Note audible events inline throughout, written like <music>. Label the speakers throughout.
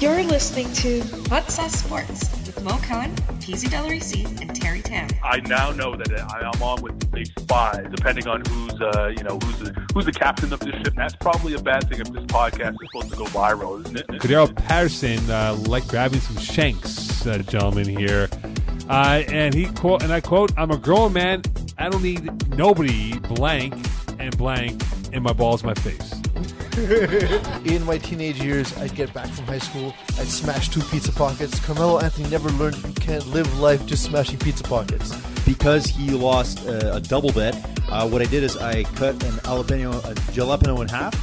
Speaker 1: You're listening to What's Up Sports with Mo Cohen, PZ Del Risi, E and Terry Tam.
Speaker 2: I now know that I- I'm on with the big spy. Depending on who's, uh, you know, who's the, who's the captain of this ship, that's probably a bad thing if this podcast is supposed to go viral, isn't it?
Speaker 3: Cordero Patterson uh, like grabbing some shanks, uh, gentleman here, uh, and he quote and I quote: "I'm a grown man. I don't need nobody blank and blank in my balls, my face." <laughs>
Speaker 4: In my teenage years, I'd get back from high school, I'd smash two pizza pockets. Carmelo Anthony never learned you can't live life just smashing pizza pockets.
Speaker 5: because he lost uh, a double bet, uh, what I did is I cut an jalapeno, a jalapeno in half,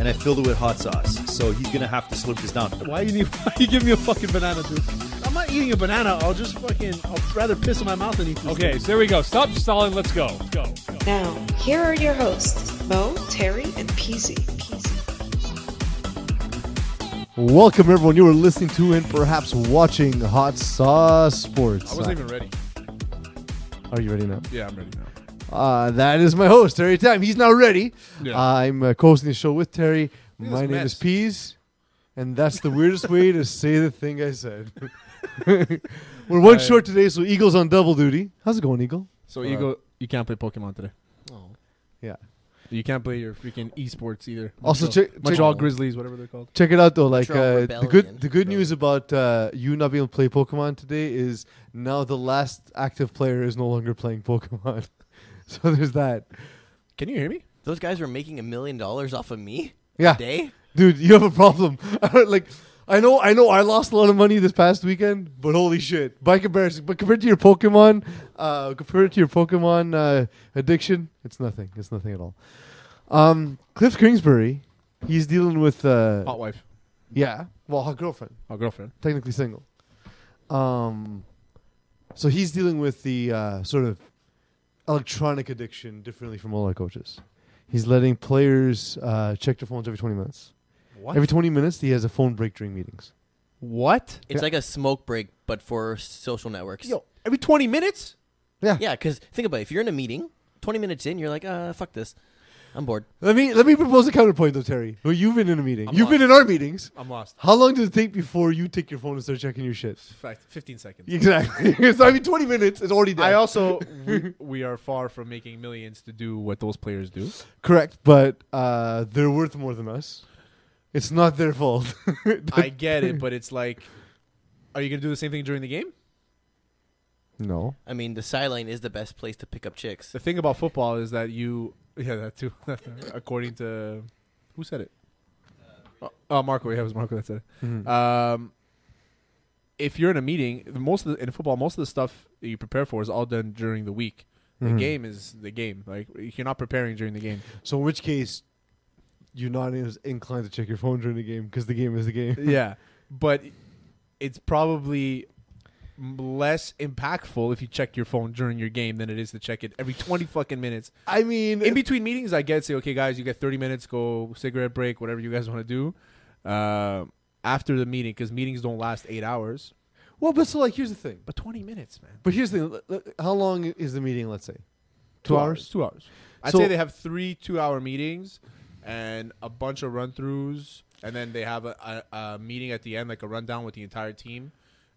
Speaker 5: and I filled it with hot sauce. So he's gonna have to slurp this down.
Speaker 6: Why you need? Why you give me a fucking banana, dude? I'm not eating a banana. I'll just fucking. I'll rather piss in my mouth than eat this.
Speaker 3: Okay,
Speaker 6: thing.
Speaker 3: so there we go. Stop stalling. Let's go. Let's go. Let's go.
Speaker 1: Now, here are your hosts, Mo, Terry, and PZ.
Speaker 4: Welcome, everyone. You are listening to and perhaps watching Hot Sauce Sports.
Speaker 7: I wasn't even ready.
Speaker 4: Are you ready now?
Speaker 7: Yeah, I'm ready now.
Speaker 4: Uh, that is my host, Terry Time. He's now ready.
Speaker 7: Yeah.
Speaker 4: I'm uh, co-hosting the show with Terry.
Speaker 7: Look at
Speaker 4: My name
Speaker 7: this mess.
Speaker 4: is Pease, and that's the weirdest way to say the thing I said. <laughs> We're one short today, so Eagle's on double duty. How's it going, Eagle?
Speaker 7: So Eagle, you can't play Pokemon today.
Speaker 4: Yeah.
Speaker 7: You can't play your freaking esports either.
Speaker 4: Also,
Speaker 7: Montreal-
Speaker 4: check- check-
Speaker 7: Montreal Grizzlies, whatever they're called.
Speaker 4: Check it out though. Like
Speaker 8: Montreal
Speaker 4: uh, the good
Speaker 8: Rebellion.
Speaker 4: the good news about uh, you not being able to play Pokemon today is now the last active player is no longer playing Pokemon. <laughs> so there's that.
Speaker 7: Can you hear me?
Speaker 8: Those guys were making a million dollars off of me
Speaker 4: Yeah.
Speaker 8: a day.
Speaker 4: Dude, you have a problem. <laughs> like I know I know I lost a lot of money this past weekend, but holy shit. By comparison, but compared to your Pokemon, uh compared to your Pokemon uh, addiction, it's nothing. It's nothing at all. Um Cliff Kingsbury, he's dealing with uh
Speaker 7: Hot wife,
Speaker 4: yeah, well, hot girlfriend.
Speaker 7: hot girlfriend.
Speaker 4: technically single. Um, so he's dealing with the uh, sort of electronic addiction differently from all our coaches. He's letting players uh, check their phones every 20 minutes.
Speaker 7: What?
Speaker 4: Every 20 minutes, he has a phone break during meetings.
Speaker 7: What?
Speaker 8: It's like a smoke break, but for social networks.
Speaker 7: Yo, every 20 minutes?
Speaker 8: Yeah, because think about it. If you're in a meeting, 20 minutes in, you're like, uh, fuck this. I'm bored.
Speaker 4: Let me let me propose a counterpoint though, Terry. Well, you've been in a meeting.
Speaker 7: I'm
Speaker 4: you've been in our meetings.
Speaker 7: I'm lost.
Speaker 4: How long does it take before you take your phone and start checking your shit? <laughs>
Speaker 7: Fact, 15 seconds.
Speaker 4: Exactly. <laughs> so I mean, 20 minutes is already dead.
Speaker 7: I also we, we are far from making millions to do what those players <laughs> do.
Speaker 4: correct, but uh, they're worth more than us. It's not their fault.
Speaker 7: I get it, but it's like, are you gonna do the same thing during the game?
Speaker 4: no.
Speaker 8: I mean, the sideline is the best place to pick up chicks.
Speaker 7: <laughs> The thing about football is that you, <laughs> yeah, that too. according to who said it? Oh, oh, Marco. Yeah, it was Marco that said it. Um, if you're in a meeting, the most of the, in football, most of the stuff that you prepare for is all done during the week. The
Speaker 4: Mhm.
Speaker 7: game is the game. Like you're not preparing during the game.
Speaker 4: So in which case, you're not as inclined to check your phone during the game because the game is the game.
Speaker 7: yeah, <laughs> but it's probably m- less impactful if you check your phone during your game than it is to check it every 20 fucking minutes.
Speaker 4: I mean,
Speaker 7: In between meetings, I get say, okay, guys, you get 30 minutes, go cigarette break, whatever you guys want to do uh, after the meeting because meetings don't last eight hours.
Speaker 4: well, but so like, here's the thing.
Speaker 7: But 20 minutes, man.
Speaker 4: But here's the thing. L- l- How long is the meeting? Let's say two, hours.
Speaker 7: Two hours. I'd
Speaker 4: So-
Speaker 7: say they have three two hour meetings and a bunch of run throughs. And then they have a, a, a meeting at the end, like a rundown with the entire team.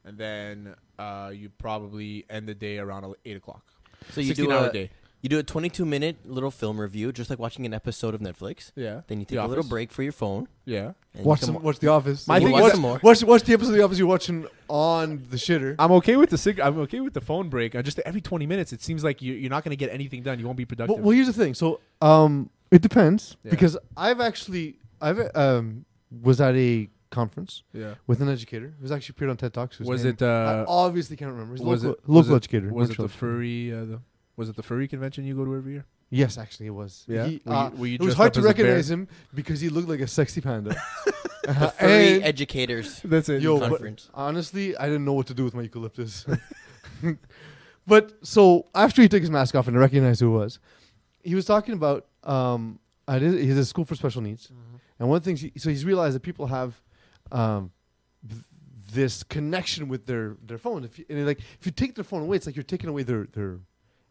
Speaker 7: And then uh, you probably end the day around el- 8 o'clock.
Speaker 8: So you
Speaker 7: 16
Speaker 8: do
Speaker 7: hour
Speaker 8: a,
Speaker 7: day.
Speaker 8: You do a 22 minute little film review, just like watching an episode of Netflix.
Speaker 7: Yeah.
Speaker 8: Then you
Speaker 7: The
Speaker 8: take a little
Speaker 7: Office.
Speaker 8: break for your phone.
Speaker 7: Yeah.
Speaker 8: and
Speaker 4: Watch
Speaker 8: you
Speaker 4: some.
Speaker 8: come-
Speaker 4: Watch The Office.
Speaker 7: My
Speaker 8: thing
Speaker 4: watch,
Speaker 8: is-
Speaker 4: watch,
Speaker 8: Some more.
Speaker 4: watch watch the episode of The Office you're watching on the shitter.
Speaker 7: I'm okay with the cig- I'm okay with the phone break. I just every 20 minutes, it seems like you, you're not going to get anything done. You won't be productive.
Speaker 4: Well, well, here's the thing. So um, it depends
Speaker 7: Yeah.
Speaker 4: because I've actually I've um was at a conference
Speaker 7: yeah.
Speaker 4: with an educator who's actually appeared on TED Talks. whose
Speaker 7: Was
Speaker 4: name
Speaker 7: it, uh,
Speaker 4: I obviously can't remember. He's a
Speaker 7: was
Speaker 4: local,
Speaker 7: it- was
Speaker 4: local
Speaker 7: it-
Speaker 4: educator.
Speaker 7: Was it
Speaker 4: Montreal
Speaker 7: the
Speaker 4: educator.
Speaker 7: furry? Uh, the, was it the furry convention you go to every year?
Speaker 4: Yes, actually, it was.
Speaker 7: Yeah?
Speaker 4: He,
Speaker 7: Were you-
Speaker 4: uh,
Speaker 7: were you
Speaker 4: it was
Speaker 7: dressed
Speaker 4: hard
Speaker 7: up
Speaker 4: to
Speaker 7: as a bear?
Speaker 4: recognize him because he looked like a sexy
Speaker 8: <laughs>
Speaker 4: panda. Uh-huh.
Speaker 8: The furry
Speaker 7: <laughs>
Speaker 4: and,
Speaker 8: educators.
Speaker 7: That's it.
Speaker 4: yo, but
Speaker 8: conference.
Speaker 4: honestly, I didn't know what to do with my eucalyptus. <laughs> but so after he took his mask off and I recognized who it was, he was talking about um, at his, he's at a school for special needs,
Speaker 8: Mm-hmm.
Speaker 4: and one of the things he, so he's realized that people have um, th- this connection with their their phone. If you, and like if you take their phone away, it's like you're taking away their their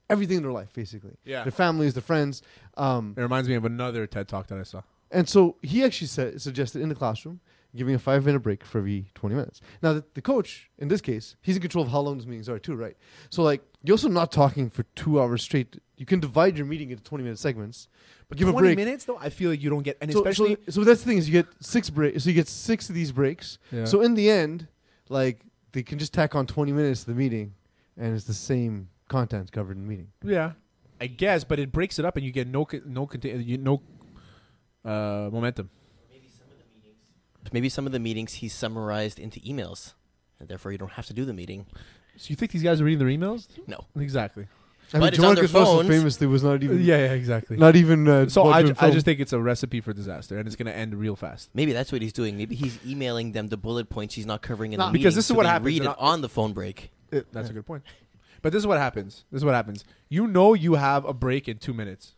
Speaker 4: everything in their life, basically.
Speaker 7: Yeah.
Speaker 4: Their families, their friends. Um,
Speaker 7: It reminds me of another TED talk that I saw.
Speaker 4: and so he actually said, suggested in the classroom giving a five minute break for every 20 minutes. Now, the, the coach, in this case, he's in control of how long those meetings are, too, right? So, like, you're also not talking for two hours straight. You can divide your meeting into 20 minute segments, but give a
Speaker 7: Twenty
Speaker 4: break.
Speaker 7: minutes though, I feel like you don't get, and
Speaker 4: so,
Speaker 7: especially
Speaker 4: so, so that's the thing is you get six breaks. So you get six of these breaks.
Speaker 7: Yeah.
Speaker 4: So in the end, like they can just tack on 20 minutes to the meeting, and it's the same content covered in the meeting.
Speaker 7: yeah, I guess, but it breaks it up, and you get no co- no conti- you, no uh, momentum.
Speaker 8: Maybe some of the meetings he summarized into emails, and therefore you don't have to do the meeting.
Speaker 7: So you think these guys are reading their emails?
Speaker 8: No.
Speaker 7: Exactly.
Speaker 8: But
Speaker 4: I mean,
Speaker 8: it's on
Speaker 4: Joan
Speaker 8: their
Speaker 4: Costanzo
Speaker 8: phones.
Speaker 4: famously was not even
Speaker 7: Yeah, yeah, exactly.
Speaker 4: not even uh,
Speaker 7: so I,
Speaker 4: boardroom
Speaker 7: ju- I
Speaker 4: film.
Speaker 7: just think it's a recipe for disaster, and it's going to end real fast.
Speaker 8: Maybe that's what he's doing. Maybe he's emailing them the bullet points he's not covering in
Speaker 7: Nah,
Speaker 8: the
Speaker 7: because
Speaker 8: meeting,
Speaker 7: this is
Speaker 8: so
Speaker 7: what
Speaker 8: they
Speaker 7: happens,
Speaker 8: Read
Speaker 7: and
Speaker 8: it
Speaker 7: I-
Speaker 8: on the phone break.
Speaker 7: That's a good point. But this is what happens. This is what happens. You know you have a break in two minutes.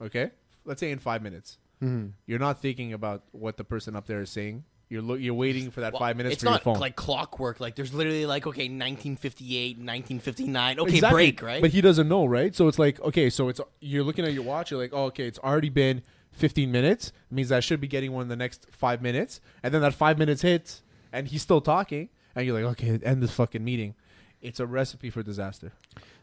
Speaker 7: Okay? Let's say in five minutes.
Speaker 8: Mm-hmm.
Speaker 4: Mhm.
Speaker 7: You're not thinking about what the person up there is saying. You're lo- you're waiting for that
Speaker 8: Well,
Speaker 7: five minutes
Speaker 8: It's
Speaker 7: for
Speaker 8: not
Speaker 7: your phone.
Speaker 8: like clockwork. Like there's literally like okay, 1958, 1959. Okay,
Speaker 7: Exactly.
Speaker 8: break right.
Speaker 7: But he doesn't know, right? So it's like, okay, so it's you're looking at your watch, you're like, oh, okay, it's already been 15 minutes. It means I should be getting one in the next five minutes. And then that five minutes hits, and he's still talking, and you're like, okay, end this fucking meeting. It's a recipe for disaster.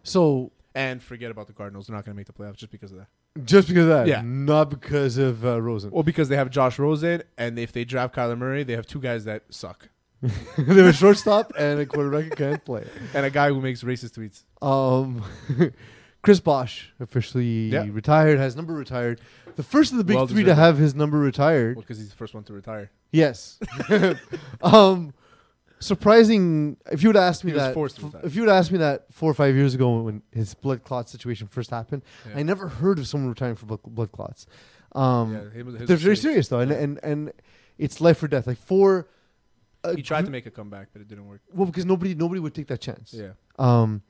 Speaker 4: so
Speaker 7: And forget about the Cardinals. They're not going to make the playoffs just because of that.
Speaker 4: just because of that,
Speaker 7: Yeah.
Speaker 4: not because of uh, Rosen. <laughs>
Speaker 7: Well, because they have Josh Rosen, and if they draft Kyler Murray, they have two guys that suck
Speaker 4: they have a shortstop and a quarterback who can't play.
Speaker 7: and a guy who makes racist tweets.
Speaker 4: Um, <laughs> Chris Bosch officially
Speaker 7: Yeah.
Speaker 4: retired, has number retired. The first of the big
Speaker 7: Well
Speaker 4: three to
Speaker 7: deserved.
Speaker 4: have his number retired.
Speaker 7: Well, because he's the first one to retire.
Speaker 4: Yes. <laughs> um, surprising. If you would ask me
Speaker 7: He was
Speaker 4: that,
Speaker 7: forced to
Speaker 4: f-
Speaker 7: retire.
Speaker 4: if you would ask me that four or five years ago when his blood clot situation first happened,
Speaker 7: Yeah.
Speaker 4: I never heard of someone retiring for blood, blood clots. Um,
Speaker 7: Yeah, him- his
Speaker 4: they're very
Speaker 7: serious.
Speaker 4: serious though, and,
Speaker 7: Yeah.
Speaker 4: and and it's life or death. Like four. Uh,
Speaker 7: He tried
Speaker 4: gr-
Speaker 7: to make a comeback, but it didn't work.
Speaker 4: well because nobody nobody would take that chance.
Speaker 7: Yeah.
Speaker 4: Um,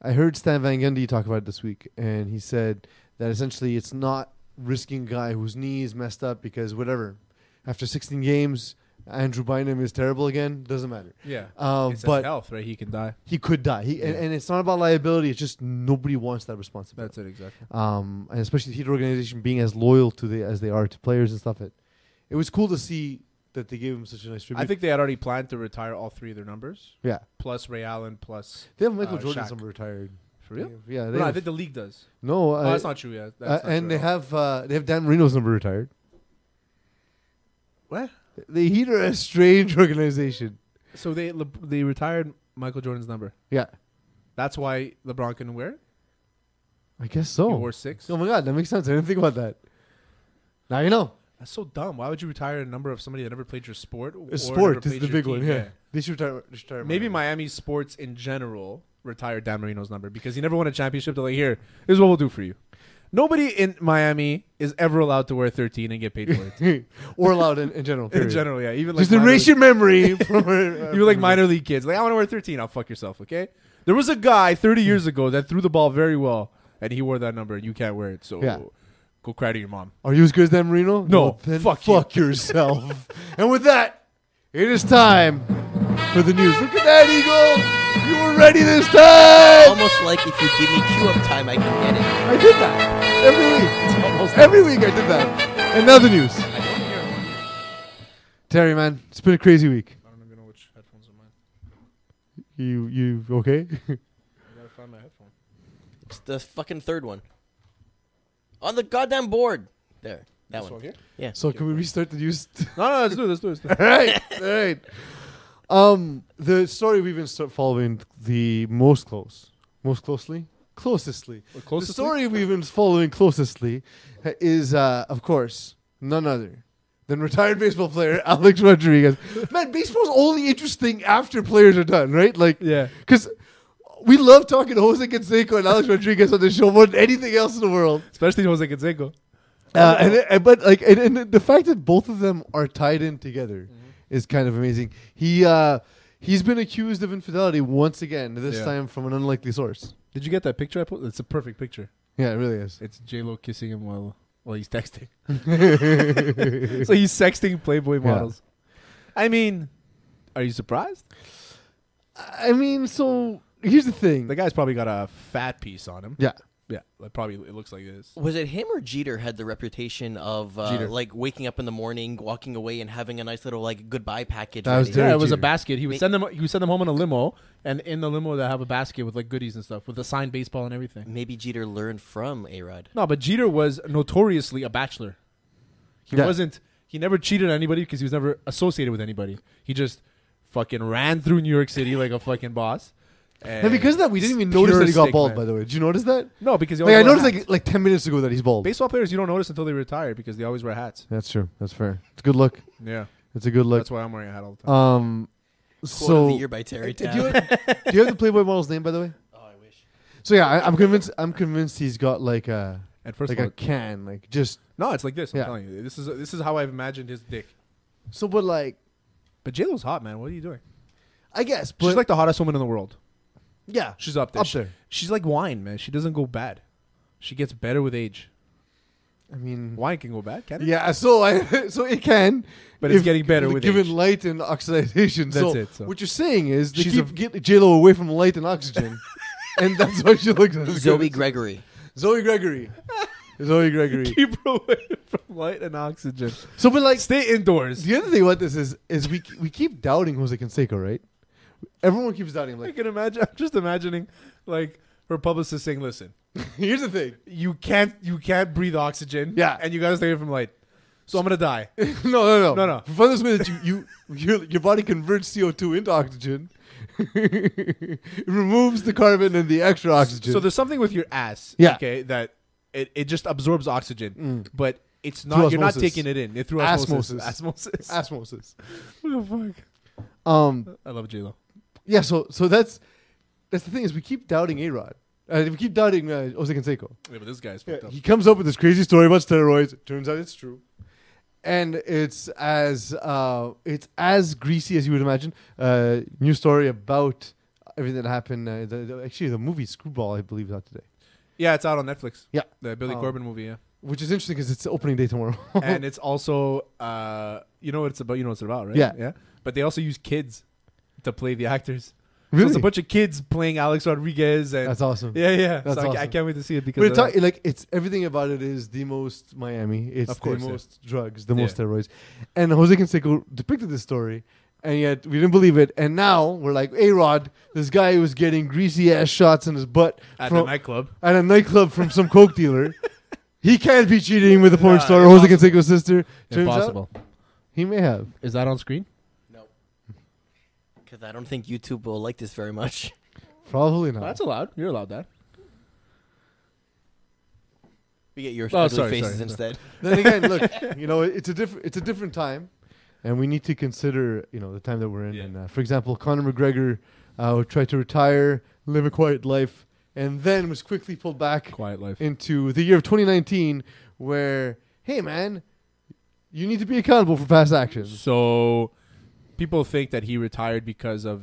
Speaker 4: I heard Stan Van Gundy talk about it this week, and he said that essentially it's not risking a guy whose knee is messed up because whatever. After 16 games, Andrew Bynum is terrible again. Doesn't matter.
Speaker 7: Yeah.
Speaker 4: Um,
Speaker 7: it's
Speaker 4: but
Speaker 7: his health, right? He can die.
Speaker 4: he could die. He, and,
Speaker 7: Yeah.
Speaker 4: and it's not about liability. It's just nobody wants that responsibility.
Speaker 7: That's it, exactly.
Speaker 4: Um, and especially the Heat organization being as loyal to the as they are to players and stuff. It, it was cool to see that they gave him such a nice tribute.
Speaker 7: I think they had already planned to retire all three of their numbers,
Speaker 4: yeah,
Speaker 7: plus Ray Allen, plus.
Speaker 4: they have Michael
Speaker 7: Uh,
Speaker 4: Jordan
Speaker 7: Shaq.
Speaker 4: somewhere retired.
Speaker 7: For real?
Speaker 4: Yeah. They
Speaker 7: no, I
Speaker 4: have-
Speaker 7: think the league does.
Speaker 4: no
Speaker 7: oh,
Speaker 4: I-
Speaker 7: that's not true. Yeah, that's
Speaker 4: Uh,
Speaker 7: not
Speaker 4: and
Speaker 7: true
Speaker 4: they
Speaker 7: at all.
Speaker 4: have uh, they have Dan Marino's number retired.
Speaker 7: what?
Speaker 4: The Heat are a strange <laughs> organization.
Speaker 7: So they Le- they retired Michael Jordan's number.
Speaker 4: Yeah,
Speaker 7: That's why LeBron couldn't wear it.
Speaker 4: I guess
Speaker 7: He
Speaker 4: so.
Speaker 7: wore six.
Speaker 4: Oh my god, that makes sense. I didn't think about that. Now you know.
Speaker 7: That's so dumb. Why would you retire a number of somebody that never played your sport? or never
Speaker 4: sport is
Speaker 7: played
Speaker 4: the
Speaker 7: your
Speaker 4: big
Speaker 7: team?
Speaker 4: one. Yeah, they should retire. they should retire
Speaker 7: Maybe
Speaker 4: Marino.
Speaker 7: Miami sports in general retired Dan Marino's number because he never won a championship. They're like, here, this is what we'll do for you. Nobody in Miami is ever allowed to wear 13 and get paid
Speaker 4: <laughs>
Speaker 7: for it.
Speaker 4: or allowed in, in general.
Speaker 7: <laughs> in
Speaker 4: period.
Speaker 7: general, yeah. Even like
Speaker 4: just
Speaker 7: minor
Speaker 4: erase
Speaker 7: league-
Speaker 4: your memory
Speaker 7: <laughs>
Speaker 4: from her, uh,
Speaker 7: you were like minor league kids. Like, I want to wear 13. I'll fuck yourself, okay? There was a guy 30 years ago that threw the ball very well, and he wore that number, and you can't wear it. So
Speaker 4: Yeah.
Speaker 7: go cry to your mom.
Speaker 4: Are you as good as Dan Marino?
Speaker 7: No,
Speaker 4: Well, then
Speaker 7: fuck
Speaker 4: fuck yourself. <laughs> and with that, it is time for the news. Look at that eagle. You were ready this time.
Speaker 8: Almost like if you give me queue up time, I can get it.
Speaker 4: I did that every week. Every week I did that. And now the news. Terry, man, it's been a crazy week.
Speaker 7: I don't even know which headphones are mine.
Speaker 4: You, you okay?
Speaker 7: I gotta find my headphone.
Speaker 8: It's the fucking third one on the goddamn board. There, that one. Yeah.
Speaker 4: <laughs> so can we restart the news?
Speaker 7: <laughs> No, no, let's do it. Let's do it. Let's
Speaker 4: <laughs>
Speaker 7: do
Speaker 4: all right, all right. Um, the story we've been st- following the most close, most closely, closestly.
Speaker 7: it.
Speaker 4: The story we've been following closestly uh, is, uh, of course, none other than retired baseball player <laughs> Alex Rodriguez. Man, baseball's only interesting after players are done, right? Like,
Speaker 7: Yeah.
Speaker 4: because we love talking to Jose Canseco and Alex Rodriguez on the show more than anything else in the world.
Speaker 7: Especially Jose Canseco.
Speaker 4: Uh, and, and- but like, and, and the fact that both of them are tied in together
Speaker 7: Mm-hmm.
Speaker 4: is kind of amazing. He uh, he's been accused of infidelity once again. This
Speaker 7: Yeah.
Speaker 4: time from an unlikely source.
Speaker 7: Did you get that picture I put? It's a perfect picture.
Speaker 4: Yeah, it really is.
Speaker 7: It's J Lo kissing him while while
Speaker 4: <laughs>
Speaker 7: he's texting. <laughs> so he's sexting Playboy models. I mean, are you surprised?
Speaker 4: I mean, so here's the thing.
Speaker 7: The guy's probably got a fat piece on him.
Speaker 4: yeah.
Speaker 7: Yeah, like probably it looks like this.
Speaker 8: Was it him or Jeter had the reputation of uh,
Speaker 7: Jeter.
Speaker 8: like waking up in the morning, walking away, and having a nice little like goodbye package?
Speaker 4: That was
Speaker 8: ready?
Speaker 4: Derek
Speaker 7: Yeah, it was a
Speaker 4: Jeter.
Speaker 7: basket. He would
Speaker 8: Me-
Speaker 7: send them. He would send them home in a limo, and in the limo they have a basket with like goodies and stuff, with a signed baseball and everything.
Speaker 8: Maybe Jeter learned from A Rod.
Speaker 7: No, but Jeter was notoriously a bachelor. He
Speaker 4: Yeah.
Speaker 7: wasn't. He never cheated on anybody because he was never associated with anybody. He just fucking ran through New York City like a fucking boss.
Speaker 4: And because of that, we didn't even notice that he got bald. By the way, did you notice that?
Speaker 7: no, because he
Speaker 4: Like
Speaker 7: always
Speaker 4: I
Speaker 7: wore
Speaker 4: noticed
Speaker 7: hats.
Speaker 4: like like ten minutes ago that he's bald.
Speaker 7: baseball players you don't notice until they retire because they always wear hats.
Speaker 4: That's true. That's fair. It's a good look.
Speaker 7: Yeah,
Speaker 4: It's a good look.
Speaker 7: that's why I'm wearing a hat all the time.
Speaker 4: Um,
Speaker 8: Quote of the
Speaker 4: so
Speaker 8: year by Terry
Speaker 4: Uh, do, you,
Speaker 8: Tapp.
Speaker 4: do you have the Playboy model's name by the way?
Speaker 8: oh, I wish.
Speaker 4: So yeah, I, I'm convinced. I'm convinced he's got like a
Speaker 7: At first,
Speaker 4: like
Speaker 7: of
Speaker 4: a
Speaker 7: all,
Speaker 4: can, like just
Speaker 7: no, it's like this. I'm
Speaker 4: Yeah.
Speaker 7: telling you, this is this is how I've imagined his dick.
Speaker 4: so. But like,
Speaker 7: But J Lo's hot, man. What are you doing?
Speaker 4: I guess. But
Speaker 7: She's like the hottest woman in the world.
Speaker 4: yeah,
Speaker 7: She's up there.
Speaker 4: Up
Speaker 7: She-
Speaker 4: there.
Speaker 7: she's like wine, man. She doesn't go bad. She gets better with age.
Speaker 4: I mean,
Speaker 7: Wine can go bad, can it?
Speaker 4: yeah. So I <laughs> so it can,
Speaker 7: But it's getting better with
Speaker 4: given
Speaker 7: age.
Speaker 4: light and oxidation.
Speaker 7: That's
Speaker 4: so
Speaker 7: it, so.
Speaker 4: What you're saying is they
Speaker 7: She's
Speaker 4: keep
Speaker 7: a-
Speaker 4: get J Lo away from light and
Speaker 7: <laughs>
Speaker 4: oxygen, and that's why she looks as
Speaker 8: Zoe
Speaker 4: good.
Speaker 8: Gregory.
Speaker 4: Zoe
Speaker 7: <laughs>
Speaker 4: Gregory. Zoe Gregory.
Speaker 7: Keep away from <laughs> light and oxygen.
Speaker 4: So, but like,
Speaker 7: Stay indoors.
Speaker 4: the other thing about this is, is we we keep doubting Jose Canseco, right? Everyone keeps doubting him.
Speaker 7: I <laughs>
Speaker 4: Like,
Speaker 7: can imagine. I'm just imagining, like her publicist saying, "Listen,
Speaker 4: here's the thing. <laughs>
Speaker 7: you can't, you can't breathe oxygen.
Speaker 4: Yeah.
Speaker 7: and you gotta stay away from light. So I'm gonna <laughs> die.
Speaker 4: no, no, no,
Speaker 7: No, no.
Speaker 4: Find this way that you, you your, your body converts CO two into oxygen, <laughs> it removes the carbon and the extra oxygen.
Speaker 7: So there's something with your ass,
Speaker 4: Yeah.
Speaker 7: okay, that it, it just absorbs oxygen, but it's not.
Speaker 4: Through
Speaker 7: you're not
Speaker 4: osmosis.
Speaker 7: taking it in. It through
Speaker 4: Asmosis.
Speaker 7: Osmosis. Asmosis.
Speaker 4: osmosis.
Speaker 7: <laughs> What the fuck?
Speaker 4: Um,
Speaker 7: I love J Lo.
Speaker 4: yeah. So, so that's that's the thing is we keep doubting A Rod. Uh, we keep doubting uh, Jose Canseco.
Speaker 7: Yeah, but this guy's
Speaker 4: Yeah,
Speaker 7: fucked up.
Speaker 4: he comes up with this crazy story about steroids. Turns out it's true, and it's as uh, it's as greasy as you would imagine. Uh, new story about everything that happened. Uh, the, the- actually, the movie Screwball, I believe, is out today,
Speaker 7: Yeah, it's out on Netflix.
Speaker 4: Yeah.
Speaker 7: the Billy
Speaker 4: Um,
Speaker 7: Corbin movie. Yeah,
Speaker 4: which is interesting because it's opening day tomorrow. <laughs>
Speaker 7: and it's also uh, you know what it's about. You know what it's about, right?
Speaker 4: Yeah.
Speaker 7: yeah. But they also use kids to play the actors. So
Speaker 4: really,
Speaker 7: it's a bunch of kids playing Alex Rodriguez and
Speaker 4: that's awesome.
Speaker 7: yeah, yeah.
Speaker 4: That's
Speaker 7: so I, I
Speaker 4: awesome.
Speaker 7: can't wait to see it because
Speaker 4: But it's
Speaker 7: of that.
Speaker 4: all- like it's everything about it is the most Miami. It's
Speaker 7: uh, Of course,
Speaker 4: the
Speaker 7: yeah.
Speaker 4: most drugs, the
Speaker 7: Yeah.
Speaker 4: most steroids, and Jose Canseco depicted this story, and yet we didn't believe it. And now we're like, A Rod, this guy who was getting greasy ass shots in his butt
Speaker 7: at the
Speaker 4: from
Speaker 7: nightclub.
Speaker 4: at a nightclub from some coke dealer. He can't be cheating with a porn
Speaker 7: Nah,
Speaker 4: star or Jose Canseco's sister. Turns out
Speaker 7: Impossible.
Speaker 4: he may have.
Speaker 7: Is that on screen?
Speaker 8: No. Because I don't think YouTube will like this very much.
Speaker 4: Probably not.
Speaker 7: that's allowed. You're allowed that.
Speaker 8: We get your
Speaker 7: Oh,
Speaker 8: ugly
Speaker 7: sorry,
Speaker 8: faces
Speaker 7: sorry.
Speaker 8: instead.
Speaker 4: then again, look, you know, it's a different it's a different time, and we need to consider you know the time that we're in.
Speaker 7: Yeah.
Speaker 4: And uh, for example, Conor McGregor uh, tried to retire, live a quiet life, and then was quickly pulled back
Speaker 7: Quiet life.
Speaker 4: into the year of 2019, where hey man, you need to be accountable for past actions.
Speaker 7: So people think that he retired because of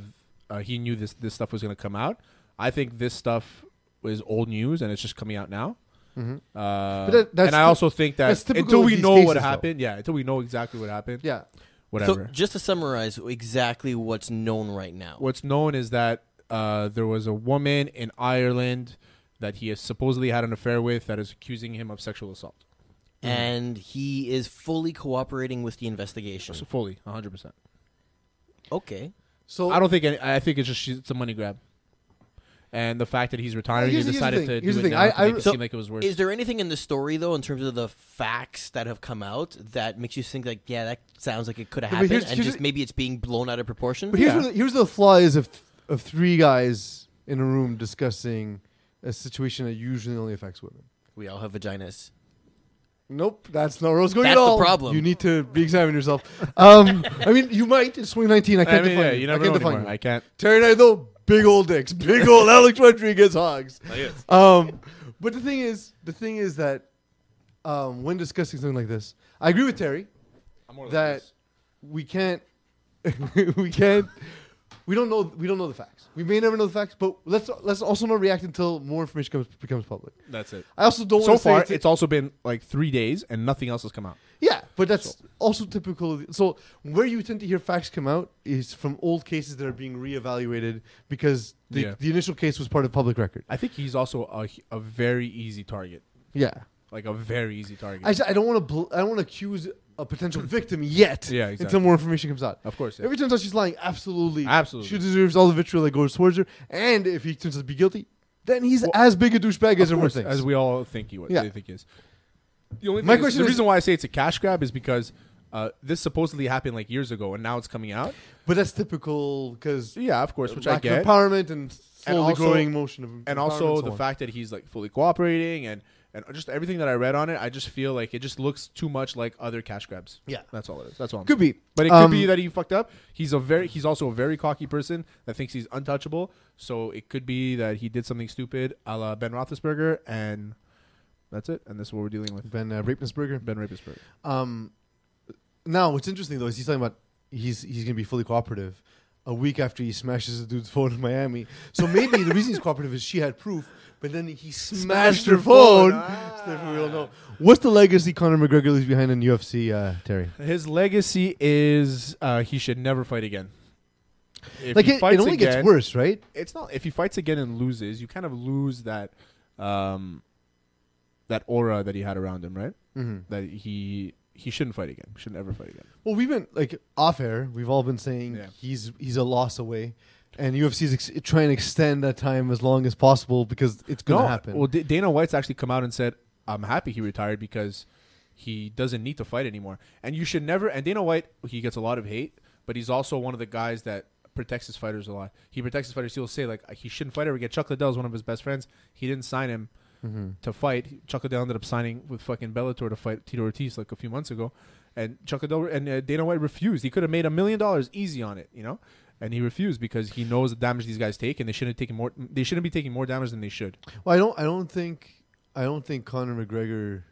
Speaker 7: uh, he knew this this stuff was going to come out. I think this stuff was old news and it's just coming out now.
Speaker 4: Mhm.
Speaker 7: Uh,
Speaker 4: But that- that's
Speaker 7: and I
Speaker 4: typ-
Speaker 7: also think that
Speaker 4: that's typical
Speaker 7: until
Speaker 4: of
Speaker 7: we
Speaker 4: these
Speaker 7: know
Speaker 4: cases,
Speaker 7: what
Speaker 4: though.
Speaker 7: happened, yeah, until we know exactly what happened,
Speaker 4: Yeah,
Speaker 7: whatever.
Speaker 8: So just to summarize exactly what's known right now.
Speaker 7: What's known is that uh, there was a woman in Ireland that he has supposedly had an affair with that is accusing him of sexual assault.
Speaker 8: And he is fully cooperating with the investigation.
Speaker 7: So fully, 100%.
Speaker 8: Okay.
Speaker 4: so
Speaker 7: I don't think any, I think it's just she's, it's a money grab. And the fact that he's retiring,
Speaker 4: Here's
Speaker 7: he
Speaker 4: the- here's the
Speaker 7: decided
Speaker 4: thing.
Speaker 7: to
Speaker 4: Here's
Speaker 7: do
Speaker 4: the
Speaker 7: it
Speaker 4: thing.
Speaker 7: now
Speaker 4: I- I-
Speaker 7: to make it
Speaker 8: So
Speaker 7: seem like it was worse.
Speaker 8: Is there anything in the story though, in terms of the facts that have come out, that makes you think like, yeah, that sounds like it could have
Speaker 4: but
Speaker 8: happened,
Speaker 4: here's-
Speaker 8: and
Speaker 4: here's
Speaker 8: just
Speaker 4: the-
Speaker 8: maybe it's being blown out of proportion?
Speaker 4: But here's
Speaker 7: Yeah.
Speaker 4: where the, here's the flaw is of of three guys in a room discussing a situation that usually only affects women.
Speaker 8: we all have vaginas.
Speaker 4: Nope, that's not where it's going
Speaker 8: That's the
Speaker 4: at all.
Speaker 8: problem.
Speaker 4: You need to re-examine yourself. Um, I mean, you might. It's 2019. I
Speaker 7: I
Speaker 4: can't
Speaker 7: mean,
Speaker 4: define.
Speaker 7: yeah,
Speaker 4: it.
Speaker 7: you
Speaker 4: I
Speaker 7: never
Speaker 4: can't
Speaker 7: know
Speaker 4: define.
Speaker 7: anymore.
Speaker 4: it.
Speaker 7: I can't.
Speaker 4: Terry and I though, big old dicks,
Speaker 7: <laughs>
Speaker 4: big old Alex Rodriguez hogs.
Speaker 7: Oh,
Speaker 2: Yes.
Speaker 4: Um, but the thing is, the thing is that um, when discussing something like this, I agree <laughs> with Terry that we can't, we can't we don't know we don't know the facts. We may never know the facts, but let's let's also not react until more information comes becomes public.
Speaker 7: That's it.
Speaker 4: I also don't
Speaker 7: So
Speaker 4: want to
Speaker 7: far,
Speaker 4: say
Speaker 7: it's also been like three days, and nothing else has come out.
Speaker 4: Yeah, but that's also typical. Of the, so where you tend to hear facts come out is from old cases that are being reevaluated because the,
Speaker 7: Yeah.
Speaker 4: the initial case was part of public record.
Speaker 7: I think he's also a, a very easy target,
Speaker 4: Yeah,
Speaker 7: like a very easy target.
Speaker 4: I, just- I don't want to bl- I don't want to accuse a potential victim yet.
Speaker 7: Yeah,
Speaker 4: Until
Speaker 7: exactly.
Speaker 4: more information comes out.
Speaker 7: of course, yeah.
Speaker 4: Every time out she's lying, absolutely,
Speaker 7: Absolutely.
Speaker 4: she deserves all the vitriol that goes towards her. And if he turns out to be guilty, then he's as big a douchebag as
Speaker 7: Of
Speaker 4: everyone
Speaker 7: course,
Speaker 4: thinks.
Speaker 7: as we all think he would.
Speaker 4: Yeah.
Speaker 7: They think he is. The only
Speaker 4: My
Speaker 7: thing is-
Speaker 4: question
Speaker 7: the
Speaker 4: is-
Speaker 7: reason why I say it's a cash grab is because uh, this supposedly happened like years ago, and now it's coming out.
Speaker 4: but that's typical because
Speaker 7: Yeah, of course, which I
Speaker 4: Uh, lack
Speaker 7: get.
Speaker 4: of empowerment and slowly
Speaker 7: also-
Speaker 4: growing emotion of
Speaker 7: and
Speaker 4: empowerment
Speaker 7: also
Speaker 4: so
Speaker 7: the
Speaker 4: on.
Speaker 7: fact that he's like fully cooperating and and just everything that I read on it, I just feel like it just looks too much like other cash grabs.
Speaker 4: Yeah.
Speaker 7: that's all it is. That's all. I'm
Speaker 4: could
Speaker 7: saying.
Speaker 4: be,
Speaker 7: but it
Speaker 4: Um,
Speaker 7: could be that he fucked up. He's a very he's also a very cocky person that thinks he's untouchable. So it could be that he did something stupid, a la Ben Roethlisberger, and that's it. And this is what we're dealing with.
Speaker 4: Ben uh, Rapensberger.
Speaker 7: Ben Roethlisberger.
Speaker 4: Um, now, what's interesting though is he's talking about he's he's gonna be fully cooperative a week after he smashes the dude's phone in Miami. So maybe the reason
Speaker 7: <laughs>
Speaker 4: he's cooperative is she had proof, but then he smashed, her phone.
Speaker 7: Ah.
Speaker 4: So therefore, we all know. What's the legacy Conor McGregor leaves behind in UFC, uh, Terry?
Speaker 7: His legacy is uh, he should never fight again. If
Speaker 4: like
Speaker 7: he
Speaker 4: it, it
Speaker 7: fights
Speaker 4: only
Speaker 7: again-
Speaker 4: gets worse, right?
Speaker 7: it's not if he fights again and loses, you kind of lose that um that aura that he had around him, right?
Speaker 4: Mm-hmm.
Speaker 7: That he he shouldn't fight again. Shouldn't ever fight again.
Speaker 4: Well, we've been like off air. We've all been saying
Speaker 7: Yeah.
Speaker 4: he's he's a loss away, and UFC is ex- trying to extend that time as long as possible because it's gonna happen.
Speaker 7: Well, D- Dana White's actually come out and said, "I'm happy he retired because he doesn't need to fight anymore." And you should never. And Dana White, he gets a lot of hate, but he's also one of the guys that protects his fighters a lot. He protects his fighters. He'll say like he shouldn't fight ever again. Chuck Liddell is one of his best friends. He didn't sign him
Speaker 4: Mm-hmm.
Speaker 7: to fight. Chuck Liddell ended up signing with fucking Bellator to fight Tito Ortiz like a few months ago, and Chuck Liddell and uh, Dana White refused. He could have made a million dollars easy on it, you know. And he refused because he knows the damage these guys take, and they shouldn't take more. They shouldn't be taking more damage than they should.
Speaker 4: Well, I don't. I don't think. I don't think Conor McGregor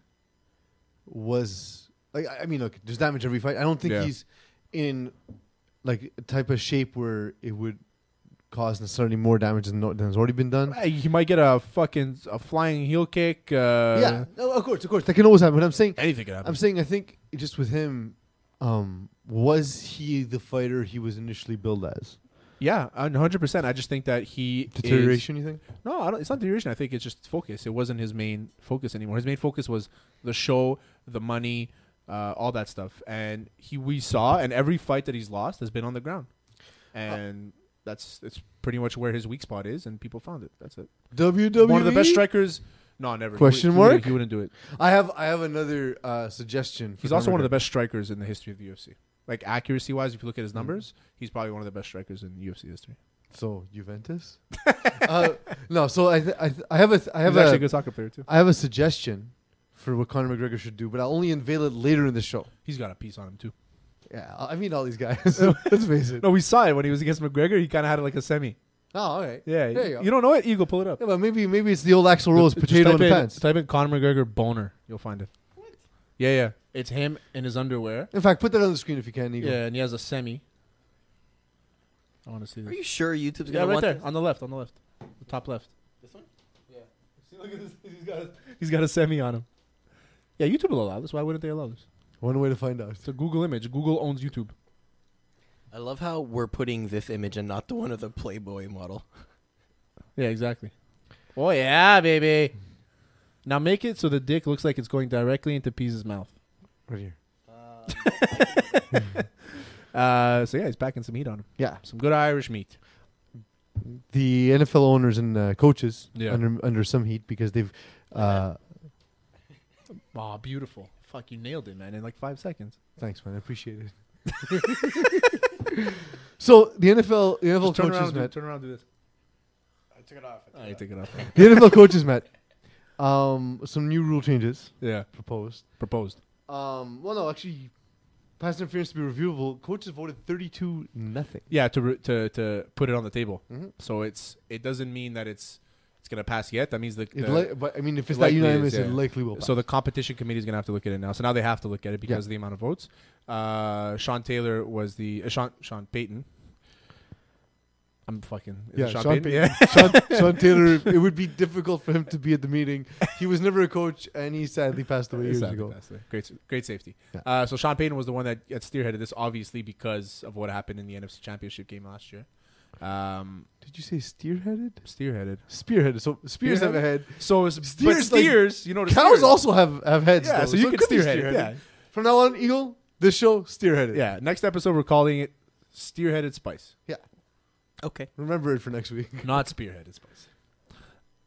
Speaker 4: was like. I I mean, look, there's damage every fight. I don't think
Speaker 7: Yeah.
Speaker 4: he's in like a type of shape where it would cause necessarily more damage than, than has already been done.
Speaker 7: Uh, He might get a fucking a flying heel kick. Uh,
Speaker 4: yeah, no, of course, of course, that can always happen. But I'm saying,
Speaker 7: anything could happen.
Speaker 4: I'm saying, I think just with him, um, was he the fighter he was initially billed as?
Speaker 7: yeah, one hundred percent. I just think that he is-
Speaker 4: Deterioration, you think?
Speaker 7: no, I don't, it's not deterioration. I think it's just focus. It wasn't his main focus anymore. His main focus was the show, the money, uh, all that stuff. And he we saw, and every fight that he's lost has been on the ground,
Speaker 4: Uh,
Speaker 7: and that's it's pretty much where his weak spot is, and people found it. That's it.
Speaker 4: WWE.
Speaker 7: One of the best strikers. No, never. He
Speaker 4: E? Question
Speaker 7: wouldn't- he
Speaker 4: mark?
Speaker 7: wouldn't- He wouldn't do it.
Speaker 4: I have. I have another uh, suggestion. for
Speaker 7: He's also
Speaker 4: Conor
Speaker 7: one of the
Speaker 4: McGregor.
Speaker 7: best strikers in the history of the UFC. Like accuracy wise, if you look at his numbers, he's probably one of the best strikers in UFC history.
Speaker 4: So
Speaker 7: <laughs>
Speaker 4: Juventus? uh, no. So I, th- I, th- I have a, th- I have
Speaker 7: he's actually a
Speaker 4: a,
Speaker 7: good soccer player too.
Speaker 4: I have a suggestion for what Conor McGregor should do, but I'll only unveil it later in the show.
Speaker 7: He's got a piece on him too.
Speaker 4: Yeah, I I mean all these
Speaker 7: <laughs>
Speaker 4: guys. Let's face it.
Speaker 7: No, we saw it when he was against McGregor. He kind of had like a semi.
Speaker 4: <laughs> Oh, all right.
Speaker 7: Yeah,
Speaker 4: There you go.
Speaker 7: don't know it, Eagle. Pull it up.
Speaker 4: Yeah, but maybe maybe it's the old Axl Rose potato in the pants.
Speaker 7: Type in Conor McGregor boner. You'll find it. Yeah, yeah. It's him in his underwear.
Speaker 4: In fact, put that on the screen if you can, Eagle.
Speaker 7: Yeah, and he has a semi. I want to see
Speaker 8: Are
Speaker 7: this.
Speaker 8: you sure YouTube's
Speaker 7: Yeah,
Speaker 8: gonna
Speaker 7: right
Speaker 8: want
Speaker 7: there
Speaker 8: this?
Speaker 7: on the left, on the left, the top left.
Speaker 8: This one?
Speaker 7: <laughs> See, look at this. He's got a, he's got a semi on him. Yeah, YouTube will allow this. Why wouldn't they allow this?
Speaker 4: One way to find out.
Speaker 7: It's a Google image. Google owns YouTube.
Speaker 8: I love how we're putting this image and not the one of the Playboy model.
Speaker 7: Yeah, exactly. Oh yeah, baby. Now make it so the dick looks like it's going directly into Pease's mouth.
Speaker 4: Right here.
Speaker 7: Uh, so yeah, he's packing some meat on him.
Speaker 4: Yeah.
Speaker 7: Some good Irish meat.
Speaker 4: The NFL owners and uh, coaches
Speaker 7: Yeah.
Speaker 4: under under some heat because they've. Uh,
Speaker 7: Aw, beautiful. Fuck, you nailed it, man, in like five seconds.
Speaker 4: thanks, man. I appreciate it. so the NFL, the NFL
Speaker 7: Just turn
Speaker 4: coaches
Speaker 7: around,
Speaker 4: met.
Speaker 7: do, turn around, do this. I Ah, took it off. I took it off.
Speaker 4: The NFL coaches met. Um, some new rule changes
Speaker 7: <laughs> yeah,
Speaker 4: proposed.
Speaker 7: proposed.
Speaker 4: Um, well, no, actually, pass interference to be reviewable. Coaches voted thirty-two nothing.
Speaker 7: Yeah, to re- to to put it on the table.
Speaker 4: Mhm.
Speaker 7: So it's it doesn't mean that it's it's gonna pass yet. That means the,
Speaker 4: It
Speaker 7: the-
Speaker 4: li- but I mean, if
Speaker 7: it
Speaker 4: it's not
Speaker 7: likely is,
Speaker 4: unanimous, it
Speaker 7: yeah.
Speaker 4: likely will. Pass.
Speaker 7: So the competition committee is going to have to look at it now. So now they have to look at it because of the amount of votes. Uh, Sean Taylor was the uh, Sean Sean Payton I'm fucking. is
Speaker 4: Yeah,
Speaker 7: it Sean,
Speaker 4: Sean
Speaker 7: Payton?
Speaker 4: Payton.
Speaker 7: <laughs> Yeah.
Speaker 4: Sean, Sean Taylor, it would be difficult for him to be at the meeting. He was never a coach, and he sadly passed away years
Speaker 7: Sadly
Speaker 4: ago.
Speaker 7: passed away. Great, great safety.
Speaker 4: Yeah.
Speaker 7: Uh, so Sean Payton was the one that, that spearheaded this, obviously because of what happened in the NFC Championship game last year. Um,
Speaker 4: Did you say steer-headed?
Speaker 7: spearheaded.
Speaker 4: Spearheaded. So spears have a head.
Speaker 7: So it's
Speaker 4: Steers,
Speaker 7: but
Speaker 4: like-
Speaker 7: steers. you know, the
Speaker 4: Cows
Speaker 7: steers.
Speaker 4: also have, have heads.
Speaker 7: Yeah,
Speaker 4: though,
Speaker 7: so you
Speaker 4: it
Speaker 7: can
Speaker 4: could be
Speaker 7: steer-headed, yeah.
Speaker 4: From now on, Eagle, this show steer-headed.
Speaker 7: Yeah. Next episode, we're calling it Steerheaded Spice,
Speaker 8: Okay.
Speaker 4: Remember it for next week.
Speaker 7: not Spearheaded Spice.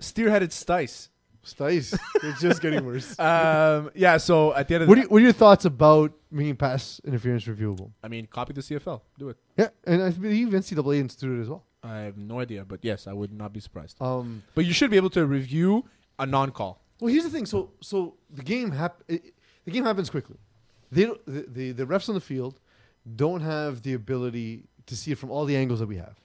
Speaker 7: Steerheaded Stice.
Speaker 4: Stice. it's just getting
Speaker 7: <laughs>
Speaker 4: worse.
Speaker 7: Um, yeah. So at the end of
Speaker 4: What,
Speaker 7: the,
Speaker 4: are you, what are your thoughts about making pass interference reviewable?
Speaker 7: I mean, copy the CFL. Do it.
Speaker 4: Yeah, and I believe NCAA instituted as well.
Speaker 7: I have no idea, but yes, I would not be surprised.
Speaker 4: Um,
Speaker 7: But you should be able to review a non-call.
Speaker 4: well, here's the thing. So, so the game hap- it, the game happens quickly. They don't- the, the the refs on the field don't have the ability to see it from all the angles that we have.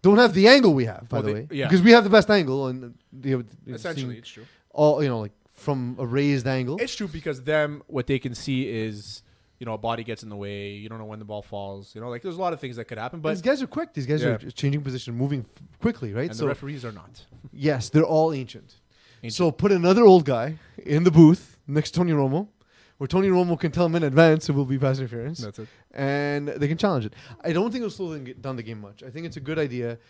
Speaker 4: Don't have the angle we have, by
Speaker 7: Well,
Speaker 4: the
Speaker 7: they-
Speaker 4: way,
Speaker 7: yeah.
Speaker 4: because we have the best angle and uh, you know, seeing
Speaker 7: it's true.
Speaker 4: all you know, like from a raised angle.
Speaker 7: It's true because them what they can see is you know a body gets in the way. You don't know when the ball falls. You know, like there's a lot of things that could happen, but
Speaker 4: these guys are quick. These guys
Speaker 7: Yeah.
Speaker 4: are changing position, moving f- quickly, right?
Speaker 7: and the referees are not.
Speaker 4: Yes, they're all ancient.
Speaker 7: Ancient.
Speaker 4: So put another old guy in the booth next to Tony Romo, where Tony Romo can tell him in advance it will be pass interference,
Speaker 7: it.
Speaker 4: and they can challenge it. I don't think it'll slow them- down the game much. I think it's a good idea.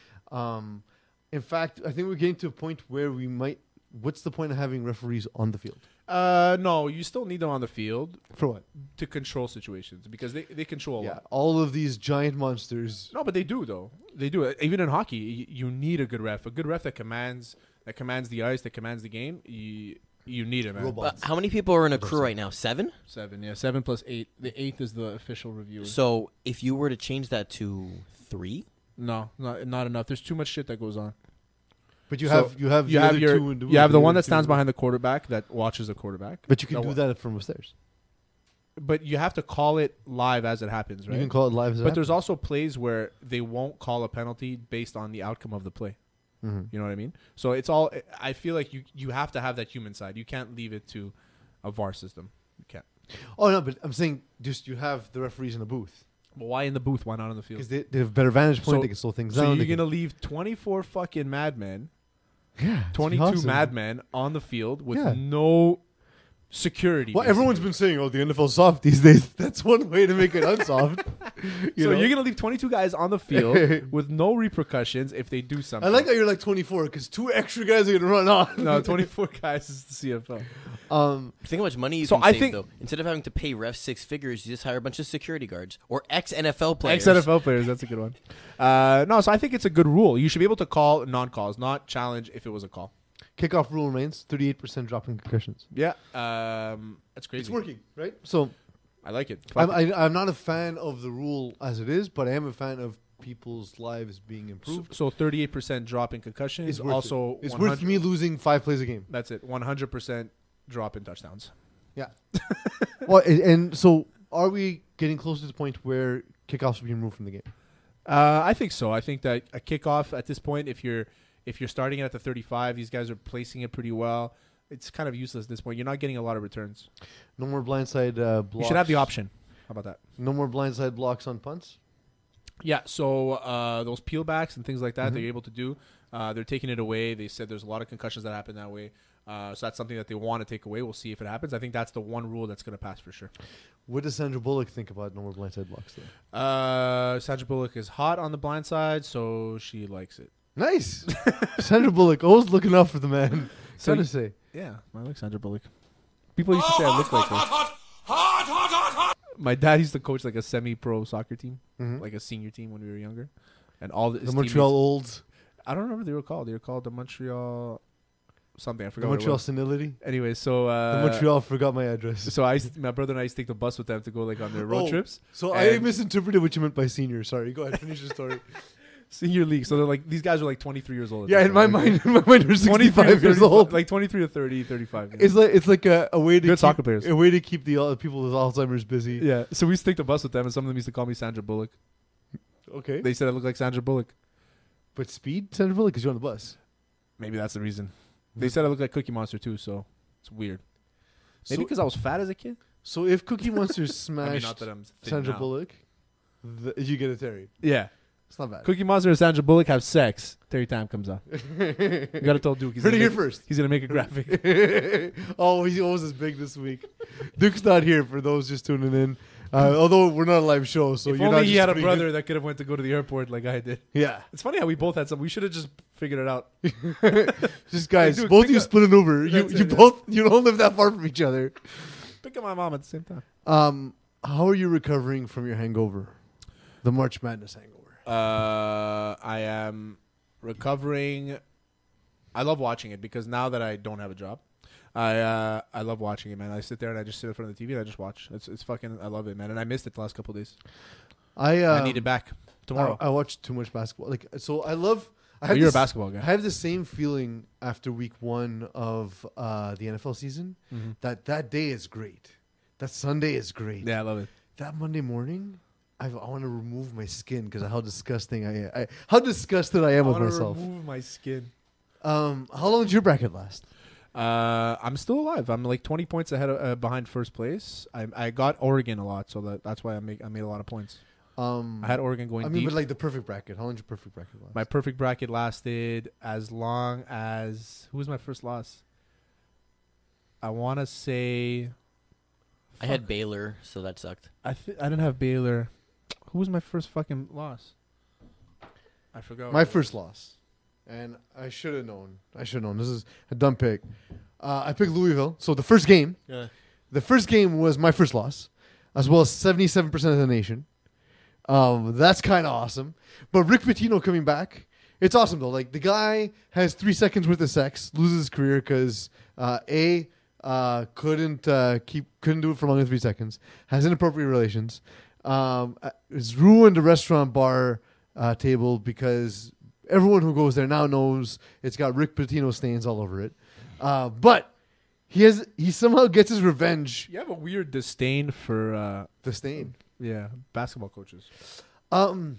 Speaker 4: Um, in fact, I think we're getting to a point where we might. What's the point of having referees on the field
Speaker 7: Uh, no, you still need them on the field
Speaker 4: for what?
Speaker 7: to control situations because they, they control a
Speaker 4: Yeah,
Speaker 7: lot.
Speaker 4: all of these giant monsters.
Speaker 7: No, but they do though. They do. Even in hockey, y- you need a good ref. A good ref that commands that commands the ice, that commands the game. You you need him. man.
Speaker 4: Robot.
Speaker 8: Uh, how many people are in a crew right now? Seven.
Speaker 6: Seven, yeah. Seven plus eight. The eighth is the official review.
Speaker 8: So if you were to change that to three,
Speaker 7: No, not not enough. There's too much shit that goes on.
Speaker 4: But you
Speaker 7: So
Speaker 4: have you have
Speaker 7: You
Speaker 4: the
Speaker 7: have
Speaker 4: other
Speaker 7: your
Speaker 4: two in
Speaker 7: you have the
Speaker 4: other
Speaker 7: one that
Speaker 4: two-
Speaker 7: stands behind the quarterback that watches the quarterback.
Speaker 4: But you can
Speaker 7: No,
Speaker 4: do
Speaker 7: what-
Speaker 4: that from upstairs.
Speaker 7: but you have to call it live as it happens, right?
Speaker 4: You can call it live. As it
Speaker 7: but there's
Speaker 4: happens.
Speaker 7: also plays where they won't call a penalty based on the outcome of the play.
Speaker 4: Mhm.
Speaker 7: You know what I mean? So it's all. I feel like you you have to have that human side. You can't leave it to a VAR system. You can't.
Speaker 4: Oh no, but I'm saying just you have the referees in the booth.
Speaker 7: But why in the booth? Why not on the
Speaker 4: Because
Speaker 7: field?
Speaker 4: they, they have better vantage point,
Speaker 7: So-
Speaker 4: they can slow things
Speaker 7: So
Speaker 4: down.
Speaker 7: you're
Speaker 4: they
Speaker 7: gonna leave 24 fucking madmen,
Speaker 4: can, yeah, it's
Speaker 7: 22
Speaker 4: awesome.
Speaker 7: madmen on the field with
Speaker 4: Yeah.
Speaker 7: no security.
Speaker 4: Well, everyone's been saying, "Oh, the NFL's soft these days." <laughs> That's one way to make it unsoft. <laughs> you
Speaker 7: so
Speaker 4: know?
Speaker 7: you're gonna leave 22 guys on the
Speaker 4: <laughs>
Speaker 7: field with no repercussions if they do
Speaker 4: I
Speaker 7: something.
Speaker 4: like how you're like 24 because two extra guys are gonna run on.
Speaker 7: no 24 <laughs> guys is the CFL.
Speaker 4: <laughs> Um,
Speaker 8: think how much money you
Speaker 7: So
Speaker 8: can
Speaker 7: I
Speaker 8: save
Speaker 7: think-
Speaker 8: though. Instead of having to pay refs six figures, you just hire a bunch of security guards or ex NFL players.
Speaker 7: Ex NFL players, that's a good one. Uh, no, so I think it's a good rule. You should be able to call non calls, not challenge if it was a call.
Speaker 4: kickoff rule remains 38 percent drop in concussions.
Speaker 7: Yeah, um, that's crazy.
Speaker 4: It's working, right? So
Speaker 7: I like it.
Speaker 4: I'm, I, I'm not a fan of the rule as it is, but I am a fan of people's lives being
Speaker 7: so,
Speaker 4: improved.
Speaker 7: so 38% drop in concussions.
Speaker 4: It's worth
Speaker 7: also,
Speaker 4: it. it's
Speaker 7: 100
Speaker 4: worth me losing five plays a game.
Speaker 7: That's it. 100% drop in touchdowns.
Speaker 4: Yeah. <laughs> well, and, and so are we getting close to the point where kickoffs will be removed from the game?
Speaker 7: Uh, I think so. I think that a kickoff at this point, if you're if you're starting it at the 35, these guys are placing it pretty well. It's kind of useless at this point. You're not getting a lot of returns.
Speaker 4: No more blindside uh, blocks.
Speaker 7: You should have the option. How about that?
Speaker 4: No more blindside blocks on punts.
Speaker 7: Yeah, so uh, those peelbacks and things like that, they're able to do. Uh, they're taking it away. They said there's a lot of concussions that happen that way. Uh, so that's something that they want to take away. We'll see if it happens. I think that's the one rule that's going to pass for sure.
Speaker 4: What does Sandra Bullock think about no more blindside blocks? Though?
Speaker 7: Uh, Sandra Bullock is hot on the blind side, so she likes it.
Speaker 4: Nice, <laughs> Sandra Bullock always looking out for the man. So to
Speaker 7: you-
Speaker 4: say,
Speaker 7: Yeah, I like Sandra Bullock. People used to say I look like her. My dad used to coach like a semi-pro soccer team, like a senior team when we were younger, and all the, his
Speaker 4: Mm-hmm. the
Speaker 7: teammates-
Speaker 4: Montreal Olds,
Speaker 7: I don't remember what they were called. They were called the Montreal something. I
Speaker 4: the
Speaker 7: forgot. what it
Speaker 4: Montreal
Speaker 7: was.
Speaker 4: senility.
Speaker 7: Anyway, so
Speaker 4: The
Speaker 7: uh,
Speaker 4: Montreal forgot my address.
Speaker 7: So I, used my brother and I used to take the bus with them to go like on their road
Speaker 4: Oh,
Speaker 7: trips.
Speaker 4: So I
Speaker 7: and-
Speaker 4: misinterpreted what you meant by senior. Sorry, go ahead, finish your story.
Speaker 7: Senior league, so they're like these guys are like 23 years old. at
Speaker 4: <laughs> yeah,
Speaker 7: this
Speaker 4: in my
Speaker 7: point, like,
Speaker 4: mind,
Speaker 7: <laughs>
Speaker 4: in my mind, you're
Speaker 7: 23 to
Speaker 4: 65 years
Speaker 7: 35
Speaker 4: old.
Speaker 7: like 23 to 30, 35.
Speaker 4: It's like it's like a, a way to
Speaker 7: Good
Speaker 4: keep, <laughs>
Speaker 7: soccer players.
Speaker 4: A way to keep the uh, people with Alzheimer's busy.
Speaker 7: yeah. So we used to take the bus with them, and some of them used to call me Sandra Bullock.
Speaker 4: Okay.
Speaker 7: They said I look like Sandra Bullock.
Speaker 4: but speed, Sandra Bullock, because you're on the bus.
Speaker 7: Maybe that's the reason. They said I look like Cookie Monster too, so it's weird. Maybe
Speaker 4: So-
Speaker 7: because I was fat as a kid.
Speaker 4: So
Speaker 7: <laughs>
Speaker 4: if Cookie Monster smashed
Speaker 7: I mean, not that I'm thin
Speaker 4: Sandra
Speaker 7: now.
Speaker 4: Bullock, th- you get a Terry.
Speaker 7: Yeah.
Speaker 4: It's not bad.
Speaker 7: Cookie Monster and Sandra Bullock have sex. Terry Time comes out. you gotta tell Duke. He's
Speaker 4: Heard it
Speaker 7: gonna
Speaker 4: here
Speaker 7: make-
Speaker 4: first.
Speaker 7: He's gonna make
Speaker 4: <laughs>
Speaker 7: a graphic.
Speaker 4: oh, he owes us big this week. Duke's not here for those just tuning in. Uh, although we're not a live show, so
Speaker 7: if
Speaker 4: you're
Speaker 7: only
Speaker 4: not
Speaker 7: he
Speaker 4: just
Speaker 7: had a
Speaker 4: putting-
Speaker 7: brother that could have went to go to the airport like I did.
Speaker 4: <laughs> Yeah,
Speaker 7: It's funny how we both had some. We should have just figured it out.
Speaker 4: just guys,
Speaker 7: Duke,
Speaker 4: both
Speaker 7: pick
Speaker 4: of you
Speaker 7: up-
Speaker 4: split an Uber. You
Speaker 7: That's
Speaker 4: you
Speaker 7: it, yeah.
Speaker 4: both you don't live that far from each other.
Speaker 7: Pick up my mom at the same time.
Speaker 4: Um, how are you recovering from your hangover, the March Madness hangover?
Speaker 7: Uh, I am recovering. I love watching it because now that I don't have a job, I uh, I love watching it, man. I sit there and I just sit in front of the TV and I just watch. It's it's fucking. I love it, man. And I missed it the last couple of days.
Speaker 4: I um, oh,
Speaker 7: I need it back
Speaker 4: I,
Speaker 7: tomorrow.
Speaker 4: I watch too much basketball. Like so, I love. I
Speaker 7: you're a
Speaker 4: this-
Speaker 7: basketball guy.
Speaker 4: I have the same feeling after week one of uh, the NFL season.
Speaker 7: Mm-hmm.
Speaker 4: That that day is great. That Sunday is great.
Speaker 7: yeah, I love it.
Speaker 4: That Monday morning, I've, I want to remove my skin because how disgusting I am. I, how disgusted I am with
Speaker 7: wanna
Speaker 4: myself.
Speaker 7: remove my skin.
Speaker 4: Um, how long did your bracket last?
Speaker 7: Uh, I'm still alive. I'm like 20 points ahead of, uh, behind first place. I, I got Oregon a lot, so that, that's why I make I made a lot of points.
Speaker 4: Um,
Speaker 7: I had Oregon going
Speaker 4: I mean,
Speaker 7: deep.
Speaker 4: but like the perfect bracket. How long did your perfect bracket last?
Speaker 7: my perfect bracket lasted as long as who was my first loss? I want to say
Speaker 8: I had Baylor, so that sucked.
Speaker 7: I th- I didn't have Baylor. Who was my first fucking loss? I forgot.
Speaker 4: My first loss, and I should have known. I should have known. This is a dumb pick. Uh, I picked Louisville. So the first game,
Speaker 7: Yeah.
Speaker 4: the first game was my first loss, as well as seventy-seven percent of the nation. Um, that's kind of awesome. But Rick Pitino coming back, it's awesome though. Like the guy has three seconds worth of sex, loses his career because uh, a uh, couldn't uh, keep couldn't do it for longer than three seconds, has inappropriate relations, um, uh, has ruined a restaurant bar uh, table because everyone who goes there now knows it's got Rick Pitino stains all over it. Uh, but he has he somehow gets his revenge.
Speaker 7: You have a weird disdain for uh,
Speaker 4: The stain.
Speaker 7: yeah basketball coaches.
Speaker 4: Um,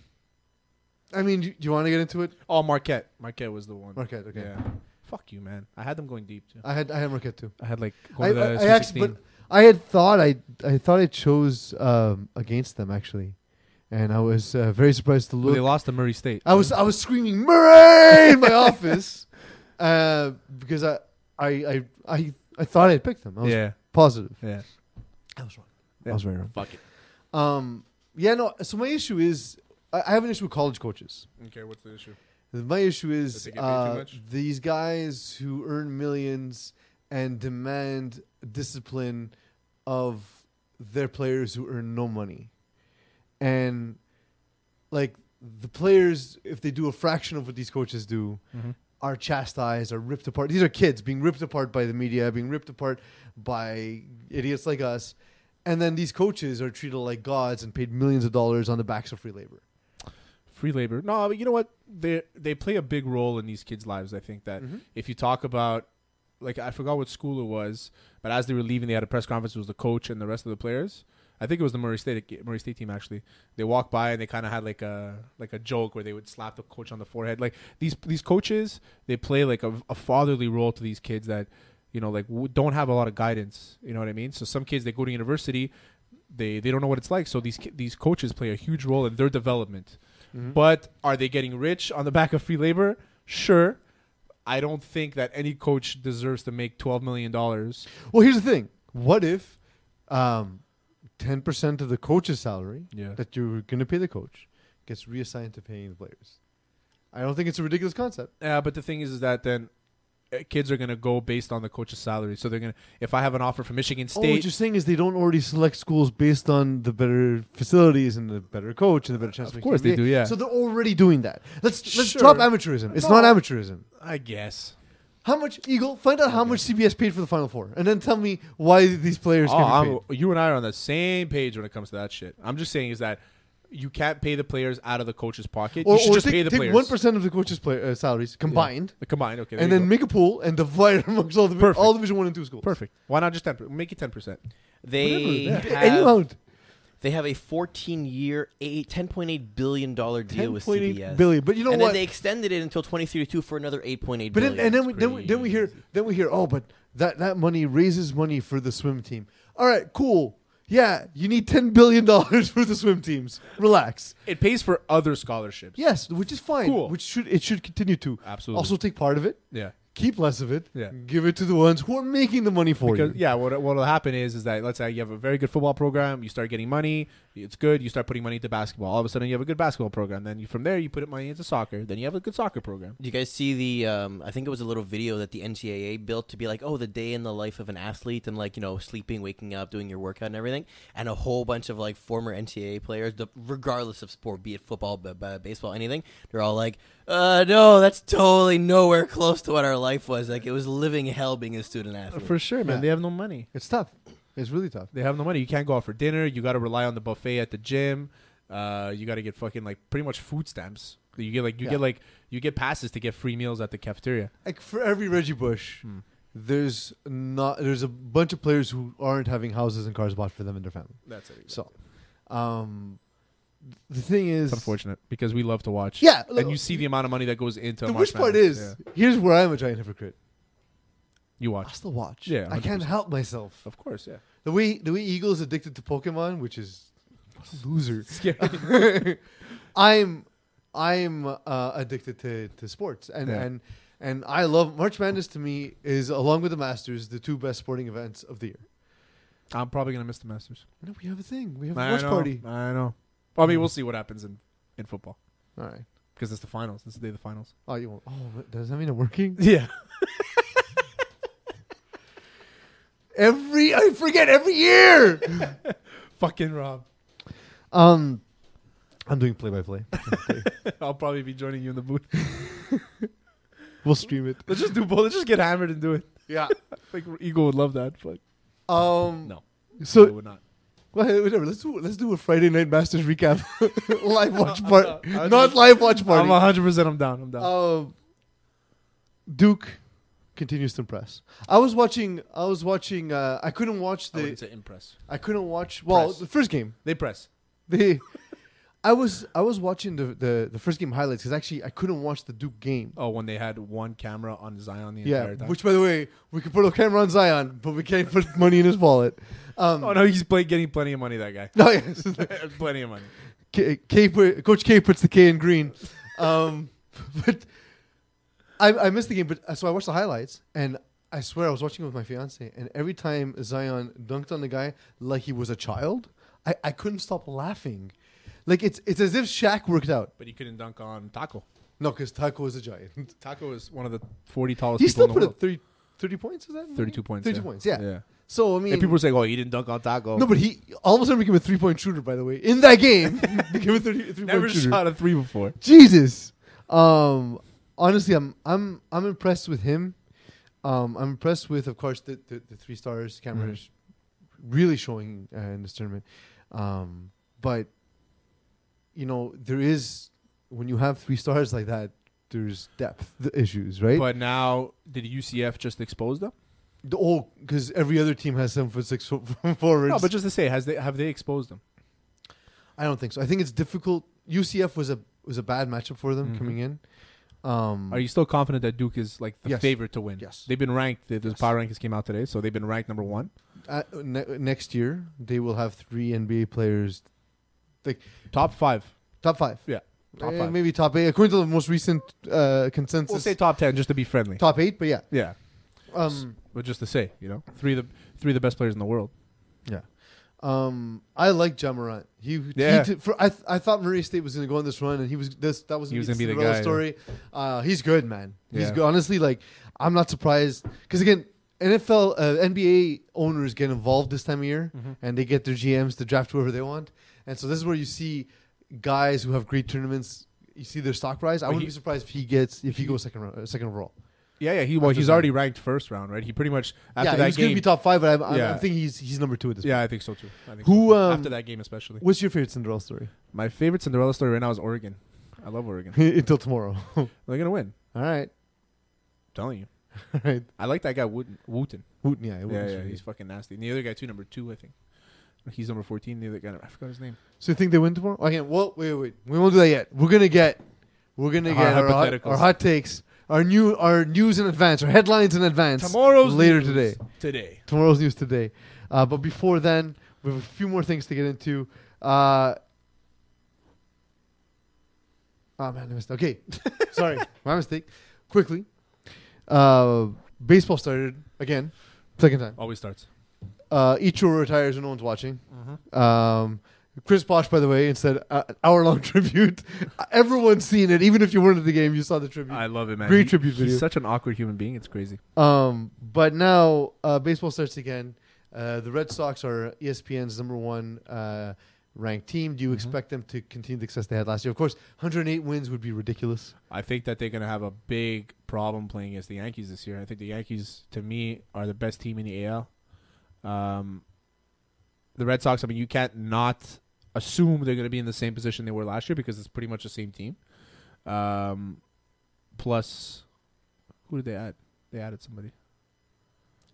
Speaker 4: I mean, do do you want to get into it?
Speaker 7: Oh, Marquette. Marquette was the one.
Speaker 4: Marquette, okay.
Speaker 7: Yeah. Fuck you, man. I had them going deep too.
Speaker 4: I had I had Marquette too.
Speaker 7: I had like
Speaker 4: I,
Speaker 7: going to the
Speaker 4: I, I
Speaker 7: Sweet
Speaker 4: actually,
Speaker 7: 16.
Speaker 4: but I had thought I I thought I chose um, against them actually, and I was uh, very surprised to
Speaker 7: Well, they
Speaker 4: look.
Speaker 7: lost to Murray State.
Speaker 4: I was I was screaming Murray in my
Speaker 7: <laughs>
Speaker 4: office, uh, because I I I I, I thought I picked them. I was
Speaker 7: yeah,
Speaker 4: positive.
Speaker 7: yeah.
Speaker 4: I was wrong.
Speaker 7: Yeah.
Speaker 4: I was very wrong.
Speaker 8: Fuck it.
Speaker 4: Um, yeah, no. So my issue is I, I have an issue with college coaches.
Speaker 7: Okay, what's the issue?
Speaker 4: My issue is
Speaker 7: they get paid too
Speaker 4: uh,
Speaker 7: much?
Speaker 4: these guys who earn millions and demand discipline of their players who earn no money. And like the players, if they do a fraction of what these coaches do, are chastised, are ripped apart. These are kids being ripped apart by the media, being ripped apart by idiots like us. And then these coaches are treated like gods and paid millions of dollars on the backs of free labor.
Speaker 7: Free labor. No, but you know what? They they play a big role in these kids' lives. I think that if you talk about, like, I forgot what school it was, but as they were leaving, they had a press conference. It was the coach and the rest of the players. I think it was the Murray State Murray State team actually. They walked by and they kind of had like a like a joke where they would slap the coach on the forehead. Like these these coaches, they play like a, a fatherly role to these kids that you know like w- don't have a lot of guidance. You know what I mean? So some kids they go to university, they they don't know what it's like. So these ki- these coaches play a huge role in their development.
Speaker 4: Mm-hmm.
Speaker 7: But are they getting rich on the back of free labor? Sure. I don't think that any coach deserves to make twelve million dollars.
Speaker 4: Well, here's the thing. What if um, 10% of the coach's salary
Speaker 7: Yeah.
Speaker 4: that you're going to pay the coach gets reassigned to paying the players? I don't think it's a ridiculous concept.
Speaker 7: Yeah, Uh, but the thing is, is that then uh, kids are gonna go based on the coach's salary. So they're gonna, if I have an offer from Michigan
Speaker 4: Oh, what
Speaker 7: State,
Speaker 4: you're saying is they don't already select schools based on the better facilities and the better coach and the better chance.
Speaker 7: Of
Speaker 4: making
Speaker 7: course they
Speaker 4: NBA.
Speaker 7: do, yeah.
Speaker 4: So they're already doing that. Let's let's
Speaker 7: Sure.
Speaker 4: drop amateurism. It's not amateurism.
Speaker 7: I guess.
Speaker 4: How much Eagle? Find out how much CBS paid for the Final Four, and then tell me why these players
Speaker 7: Oh,
Speaker 4: can't be
Speaker 7: I'm,
Speaker 4: paid.
Speaker 7: you and I are on the same page when it comes to that shit. I'm just saying is that you can't pay the players out of the coach's pocket. you should just
Speaker 4: take-
Speaker 7: pay the
Speaker 4: take
Speaker 7: players
Speaker 4: one percent of the coaches' play, uh, salaries combined.
Speaker 7: combined. Okay, there
Speaker 4: and
Speaker 7: you
Speaker 4: then
Speaker 7: go.
Speaker 4: make a pool and divide <laughs> it amongst all the
Speaker 7: Perfect.
Speaker 4: all Division One and Two schools.
Speaker 7: perfect. Why not just ten? per- Make it ten percent.
Speaker 8: They
Speaker 4: Whatever, yeah. Any
Speaker 8: have,
Speaker 4: amount.
Speaker 8: they have a 14 year, a 10.8 billion dollar deal with
Speaker 4: 10.8
Speaker 8: CBS.
Speaker 4: billion, but you know
Speaker 8: and
Speaker 4: what?
Speaker 8: Then they extended it until 2032 for another 8.8 billion.
Speaker 4: But then, and then
Speaker 8: It's
Speaker 4: we, then we then we hear
Speaker 8: crazy.
Speaker 4: then we hear oh, but that that money raises money for the swim team. All right, cool. Yeah, you need ten billion <laughs> dollars for the swim teams. Relax.
Speaker 7: It pays for other scholarships.
Speaker 4: Yes, which is fine.
Speaker 7: Cool.
Speaker 4: Which should it should continue to.
Speaker 7: Absolutely.
Speaker 4: Also take part of it.
Speaker 7: Yeah.
Speaker 4: Keep less of it.
Speaker 7: Yeah.
Speaker 4: Give it to the ones who are making the money for
Speaker 7: Because
Speaker 4: you.
Speaker 7: yeah, what what will happen is is that let's say you have a very good football program, you start getting money, it's good, you start putting money into basketball. All of a sudden, you have a good basketball program. Then you, from there, you put money into soccer. Then you have a good soccer program.
Speaker 8: Do you guys see the? Um, I think it was a little video that the NCAA built to be like, oh, the day in the life of an athlete, and like you know, sleeping, waking up, doing your workout, and everything, and a whole bunch of like former NCAA players, the, regardless of sport, be it football, b- b- baseball, anything, they're all like, uh, no, that's totally nowhere close to what our life was. Like it was living hell being a student athlete.
Speaker 7: For sure, man. They have no money.
Speaker 4: It's tough. It's really tough.
Speaker 7: They have no money. You can't go out for dinner. You got to rely on the buffet at the gym. Uh, you got to get fucking like pretty much food stamps. You get like you
Speaker 4: Yeah.
Speaker 7: get like you get passes to get free meals at the cafeteria.
Speaker 4: Like for every Reggie Bush,
Speaker 7: Hmm.
Speaker 4: there's not there's a bunch of players who aren't having houses and cars bought for them and their family.
Speaker 7: That's it.
Speaker 4: So, um, th- the thing is,
Speaker 7: It's unfortunate because we love to watch.
Speaker 4: Yeah, look-
Speaker 7: and you see the amount of money that goes into. a
Speaker 4: the
Speaker 7: March
Speaker 4: worst part
Speaker 7: Madness.
Speaker 4: is
Speaker 7: Yeah.
Speaker 4: here's where I'm a giant hypocrite.
Speaker 7: you
Speaker 4: I
Speaker 7: watch.
Speaker 4: still watch.
Speaker 7: Yeah,
Speaker 4: I can't help myself.
Speaker 7: Of course, yeah.
Speaker 4: The way the way Eagle is addicted to Pokemon, which is what a loser.
Speaker 7: <laughs> Scary.
Speaker 4: <laughs> I'm I'm uh, addicted to, to sports and
Speaker 7: Yeah.
Speaker 4: and and I love March Madness. To me, is along with the Masters the two best sporting events of the year.
Speaker 7: I'm probably gonna miss the Masters.
Speaker 4: No, we have a thing. We have a
Speaker 7: I
Speaker 4: watch
Speaker 7: know,
Speaker 4: party.
Speaker 7: I know. Well, I mean, we'll see what happens in, in football
Speaker 4: All right.
Speaker 7: because it's the finals. It's the day of the finals.
Speaker 4: Oh, you won't. Oh, but does that mean I'm working?
Speaker 7: <laughs> Yeah.
Speaker 4: Every I forget every year.
Speaker 7: <laughs> Fucking Rob. <laughs>
Speaker 4: um, I'm doing play by play.
Speaker 7: I'll probably be joining you in the booth.
Speaker 4: We'll stream it.
Speaker 7: Let's just do both. Let's just get hammered and do it.
Speaker 4: Yeah.
Speaker 7: Like Eagle would love that, but <laughs>
Speaker 4: Um.
Speaker 7: No.
Speaker 4: So
Speaker 7: would not.
Speaker 4: Well, whatever. Let's do let's do a Friday night Masters recap, <laughs> live watch
Speaker 7: <laughs> I'm
Speaker 4: part,
Speaker 7: not- I'm
Speaker 4: not
Speaker 7: not-
Speaker 4: live watch
Speaker 7: I'm
Speaker 4: party.
Speaker 7: 100. percent I'm down. I'm down.
Speaker 4: Um, Duke continues to impress. I was watching. I was watching. Uh, I couldn't watch the.
Speaker 7: say impress.
Speaker 4: I couldn't watch. Well,
Speaker 7: Press.
Speaker 4: the first game.
Speaker 7: They press.
Speaker 4: The. I was I was watching the the, the first game highlights because actually I couldn't watch the Duke game.
Speaker 7: Oh, when they had one camera on Zion the
Speaker 4: yeah,
Speaker 7: entire time.
Speaker 4: which by the way, we could put a camera on Zion, but we can't put money in his wallet. Um,
Speaker 7: oh no, he's play, getting plenty of money. That guy.
Speaker 4: <laughs>
Speaker 7: <laughs>
Speaker 4: no, yes.
Speaker 7: plenty of money.
Speaker 4: K, K put, Coach K puts the K in green. Um, <laughs> but I, I missed the game, but uh, so I watched the highlights, and I swear I was watching it with my fiance, and every time Zion dunked on the guy like he was a child, I, I couldn't stop laughing. Like it's it's as if Shaq worked out.
Speaker 7: But he couldn't dunk on Taco.
Speaker 4: No, because Taco is a giant.
Speaker 7: Taco is one of the 40 tallest
Speaker 4: he
Speaker 7: people
Speaker 4: still
Speaker 7: in the
Speaker 4: put
Speaker 7: world.
Speaker 4: up 30, 30 points. Is that in the
Speaker 7: 32
Speaker 4: game?
Speaker 7: points.
Speaker 4: Thirty-two
Speaker 7: yeah.
Speaker 4: points. Yeah.
Speaker 7: Yeah.
Speaker 4: So I mean,
Speaker 7: And people say, "Oh, he didn't dunk on Taco."
Speaker 4: no, but he all of a sudden became a three-point shooter. By the way, in that game, <laughs> became a 30, three-point
Speaker 7: never
Speaker 4: shooter.
Speaker 7: shot a three before.
Speaker 4: Jesus. Um, honestly, I'm I'm I'm impressed with him. Um, I'm impressed with, of course, the the, the three stars.
Speaker 7: Mm-hmm.
Speaker 4: Cameron is really showing uh, in this tournament. Um, but you know, there is when you have three stars like that, there's depth issues, right?
Speaker 7: But now, did UCF just expose them?
Speaker 4: The- oh, because every other team has seven foot <laughs> six fo- forwards.
Speaker 7: No, but just to say, has they have they exposed them?
Speaker 4: I don't think so. I think it's difficult. UCF was a was a bad matchup for
Speaker 7: Mm-hmm.
Speaker 4: them coming in. Um,
Speaker 7: Are you still confident that Duke is like the
Speaker 4: Yes.
Speaker 7: favorite to win?
Speaker 4: Yes.
Speaker 7: they've been ranked. The, the power rankings came out today, so they've been ranked number one.
Speaker 4: uh, ne- next year they will have three NBA players, like
Speaker 7: Top five.
Speaker 4: top five,
Speaker 7: Yeah, top
Speaker 4: Eh,
Speaker 7: five.
Speaker 4: maybe top eight, according to the most recent uh, consensus.
Speaker 7: We'll say top ten just to be friendly.
Speaker 4: top eight, but yeah,
Speaker 7: Yeah,
Speaker 4: um,
Speaker 7: but just to say, you know, three of the three of the best players in the world.
Speaker 4: yeah. Um, I like Jamarant. He,
Speaker 7: Yeah.
Speaker 4: he t- for, I, th- I thought Murray State was going to go on this run, and he was this. That was
Speaker 7: He was gonna be the
Speaker 4: Cinderella
Speaker 7: guy,
Speaker 4: story. Uh, he's good, man. He's
Speaker 7: Yeah.
Speaker 4: good. honestly like I'm not surprised because again, NFL, uh, NBA owners get involved this time of year,
Speaker 7: Mm-hmm.
Speaker 4: and they get their GMs to draft whoever they want, and so this is where you see guys who have great tournaments. You see their stock rise. I wouldn't
Speaker 7: he-
Speaker 4: be surprised if he gets if he, goes second round, uh, second overall.
Speaker 7: Yeah, yeah. He well,
Speaker 4: After
Speaker 7: he's
Speaker 4: that.
Speaker 7: already ranked first round, right? He pretty much after
Speaker 4: yeah,
Speaker 7: that
Speaker 4: he's
Speaker 7: game.
Speaker 4: going to be top five, but I'm, I'm,
Speaker 7: Yeah.
Speaker 4: I'm thinking he's he's number two at this. point.
Speaker 7: yeah, I think so too. I think
Speaker 4: Who,
Speaker 7: so.
Speaker 4: um,
Speaker 7: after that game especially?
Speaker 4: What's your favorite Cinderella story? <laughs>
Speaker 7: My favorite Cinderella story right now is Oregon. I love Oregon.
Speaker 4: Until tomorrow. <laughs> All
Speaker 7: They're gonna win.
Speaker 4: right.
Speaker 7: I'm telling you.
Speaker 4: All right.
Speaker 7: I like that guy Wooten. Wooten.
Speaker 4: Wooten, yeah, Wooten's
Speaker 7: Yeah, yeah,
Speaker 4: really
Speaker 7: he's
Speaker 4: good.
Speaker 7: fucking nasty. And the other guy too, number two, I think. He's number fourteen. The other guy, I forgot his name.
Speaker 4: So you think they win tomorrow? Again, well, wait, wait, we won't do that yet. We're gonna get, we're gonna
Speaker 7: Our
Speaker 4: get our hot,
Speaker 7: hypotheticals.
Speaker 4: our hot takes, our new, our news in advance, our headlines in advance. later today.
Speaker 7: Today.
Speaker 4: Tomorrow's news today, uh, but before then, We have a few more things to get into. Uh, oh man, I missed.
Speaker 7: <laughs>
Speaker 4: Okay, sorry, <laughs> my mistake. Quickly, uh, baseball started again, second time.
Speaker 7: Always starts. Mm-hmm.
Speaker 4: Uh, Ichiro retires and no one's watching. Um, Chris Bosch, by the way, instead uh, an hour long <laughs> tribute. Uh, Everyone's seen it, even if you weren't at the game, you saw the tribute.
Speaker 7: I love it, man.
Speaker 4: Great
Speaker 7: He-
Speaker 4: tribute
Speaker 7: he's
Speaker 4: video.
Speaker 7: such an awkward human being. It's crazy.
Speaker 4: Um, but now uh, baseball starts again. Uh, the Red Sox are E ESPN's number one uh, ranked team.
Speaker 7: Mm-hmm.
Speaker 4: Do you expect them to continue the success they had last year? Of course, 108 wins would be ridiculous.
Speaker 7: I think that they're going to have a big problem playing against the Yankees this year. I think the Yankees, to me, are the best team in the AL. Um, the Red Sox, I mean, you can't not assume they're going to be in the same position they were last year because it's pretty much the same team. Um, plus, who did they add? They added somebody.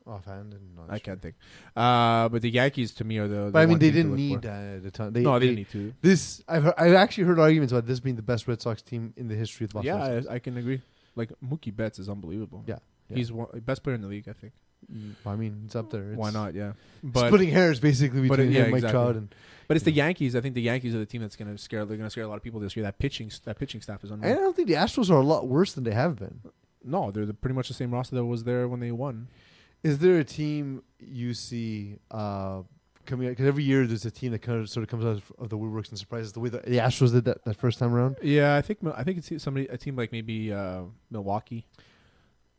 Speaker 4: Offhand, and not
Speaker 7: I
Speaker 4: sure.
Speaker 7: can't think. Uh, but the Yankees, to me, are the. the
Speaker 4: But I mean,
Speaker 7: one
Speaker 4: they
Speaker 7: team to
Speaker 4: didn't
Speaker 7: look
Speaker 4: need
Speaker 7: for.
Speaker 4: uh, the ton. They,
Speaker 7: no, they
Speaker 4: they-
Speaker 7: didn't need to.
Speaker 4: This I've heard, I've actually heard arguments about this being the best Red Sox team in the history of the Boston.
Speaker 7: Yeah,
Speaker 4: Red Sox.
Speaker 7: I, I can agree. Like Mookie Betts is unbelievable.
Speaker 4: Yeah, yeah.
Speaker 7: he's one, best player in the league. I think.
Speaker 4: I mean, it's up there. It's
Speaker 7: Why not? Yeah, but
Speaker 4: splitting hairs basically
Speaker 7: but it-
Speaker 4: between
Speaker 7: yeah,
Speaker 4: him, Mike
Speaker 7: exactly.
Speaker 4: Trout and
Speaker 7: but it's the Yankees. I think the Yankees are the team that's gonna scare. They're gonna scare a lot of people this year. That pitching s- that pitching staff is
Speaker 4: and I
Speaker 7: unreal.
Speaker 4: don't think the Astros are a lot worse than they have been.
Speaker 7: No, they're the, pretty much the same roster that was there when they won.
Speaker 4: Is there a team you see uh, coming out? Because every year there's a team that kind of sort of comes out of- of the woodworks and surprises the way the, the Astros did that, that first time around.
Speaker 7: Yeah, I think Mil- I think it's e, somebody a team like maybe uh, Milwaukee.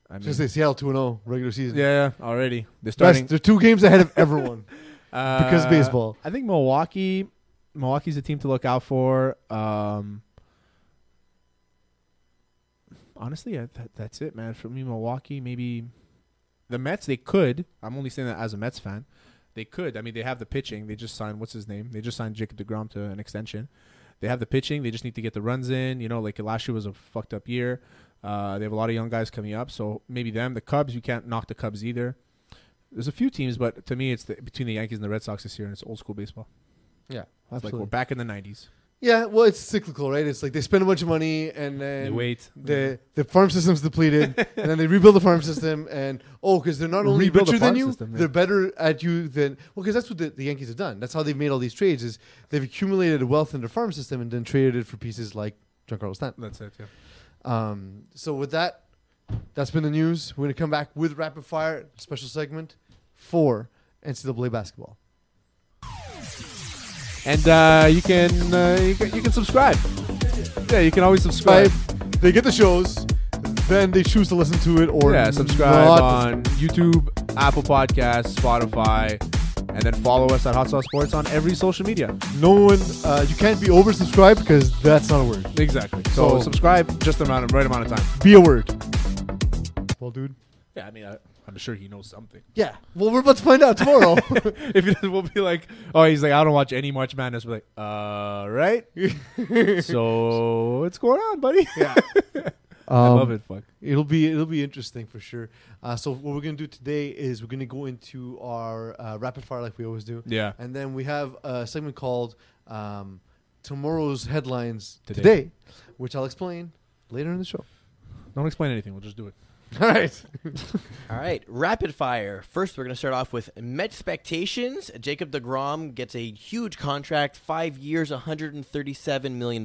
Speaker 7: I mean,
Speaker 4: Since they Seattle 2 0 regular season.
Speaker 7: yeah, already they're
Speaker 4: Best-
Speaker 7: starting
Speaker 4: they're two games ahead of
Speaker 7: <laughs>
Speaker 4: everyone. because
Speaker 7: Uh,
Speaker 4: baseball.
Speaker 7: I think Milwaukee, Milwaukee's a team to look out for. Um, honestly, I, that, that's it, man. For me, Milwaukee, maybe the Mets. They could. I'm only saying that as a Mets fan. They could. I mean, they have the pitching. They just signed what's his name. They just signed Jacob Degrom to an extension. They have the pitching. They just need to get the runs in. You know, like last year was a fucked up year. Uh, they have a lot of young guys coming up, so maybe them. The Cubs, you can't knock the Cubs either. There's a few teams, but to me, it's the, between the Yankees and the Red Sox this year, and it's old school baseball.
Speaker 4: yeah.
Speaker 7: It's like we're back in the '90s.
Speaker 4: Yeah, well, it's cyclical, right? It's like they spend a bunch of money and then
Speaker 3: They wait.
Speaker 4: the the farm system's
Speaker 7: <laughs>
Speaker 4: depleted, and then they rebuild the farm system, and oh, because they're not only
Speaker 7: Rebuild the
Speaker 4: richer than
Speaker 7: farm
Speaker 4: you,
Speaker 7: system, yeah.
Speaker 4: they're better at you than well, because that's what the, the Yankees have done. That's how they've made all these trades is they've accumulated wealth in their farm system and then traded it for pieces like Giancarlo Stanton.
Speaker 7: That's it. Yeah.
Speaker 4: Um, so with that, that's been the news. We're gonna come back with rapid fire special segment for NCAA basketball.
Speaker 7: And uh, you can uh, you can you can subscribe. Yeah, you can always subscribe.
Speaker 4: They get the shows, then they choose to listen to it or
Speaker 7: Yeah, subscribe
Speaker 4: not.
Speaker 7: on YouTube, Apple Podcasts, Spotify, and then follow us at Hot Sauce Sports on every social media.
Speaker 4: No one, uh, you can't be oversubscribed because that's not a word.
Speaker 7: Exactly. So,
Speaker 4: So-
Speaker 7: subscribe just the amount of right amount of time.
Speaker 4: Be a word. Well, dude.
Speaker 7: Yeah, I mean, I, I'm sure he knows something.
Speaker 4: Yeah. Well, we're about to find out <laughs> tomorrow.
Speaker 7: if he doesn't, we'll be like, oh, he's like, I don't watch any March Madness. We're like, uh, right. so what's going on, buddy? Yeah, I love it. Fuck.
Speaker 4: Um, It'll be it'll be interesting for sure. Uh, so what we're gonna do today is we're gonna go into our uh, rapid fire like we always do.
Speaker 7: Yeah.
Speaker 4: And then we have a segment called um, Tomorrow's Headlines
Speaker 7: Today.
Speaker 4: today. which I'll explain later in the show.
Speaker 7: Don't explain anything. We'll just do it.
Speaker 4: All right.
Speaker 8: All right, rapid fire. First, we're going to start off with Met expectations. Jacob DeGrom gets a huge contract, five years, $137 million.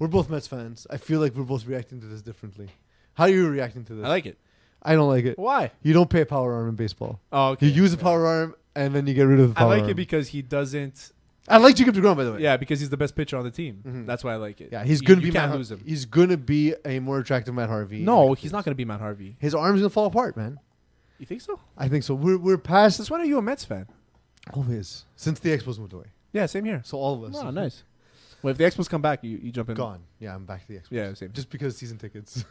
Speaker 4: We're both Mets fans. I feel like we're both reacting to this differently. How are you reacting to this?
Speaker 7: I like it.
Speaker 4: I don't like it.
Speaker 7: Why?
Speaker 4: You don't pay a power arm in baseball.
Speaker 7: Oh, okay.
Speaker 4: You use a power arm and then you get rid of the
Speaker 7: I
Speaker 4: power
Speaker 7: like
Speaker 4: arm.
Speaker 7: it because he doesn't.
Speaker 4: I like Jacob Degrom by the way.
Speaker 7: Yeah, because he's the best pitcher on the team. That's why I like it.
Speaker 4: yeah. He's
Speaker 7: You-
Speaker 4: gonna
Speaker 7: you
Speaker 4: be
Speaker 7: can't
Speaker 4: Matt,
Speaker 7: lose him.
Speaker 4: He's gonna be a more attractive Matt Harvey.
Speaker 7: no, he's not gonna be Matt Harvey.
Speaker 4: His arm's gonna fall apart, man.
Speaker 7: You think so?
Speaker 4: I think so. We're we're past
Speaker 7: Since when are you a Mets fan?
Speaker 4: all of his since the Expos moved away.
Speaker 7: Yeah, same here.
Speaker 4: So all of us.
Speaker 7: Oh, nice. Well, if the Expos come back, you, you jump in.
Speaker 4: Gone. Yeah, I'm back to the Expos.
Speaker 7: Yeah, same.
Speaker 4: Just because season
Speaker 7: <laughs>
Speaker 4: tickets.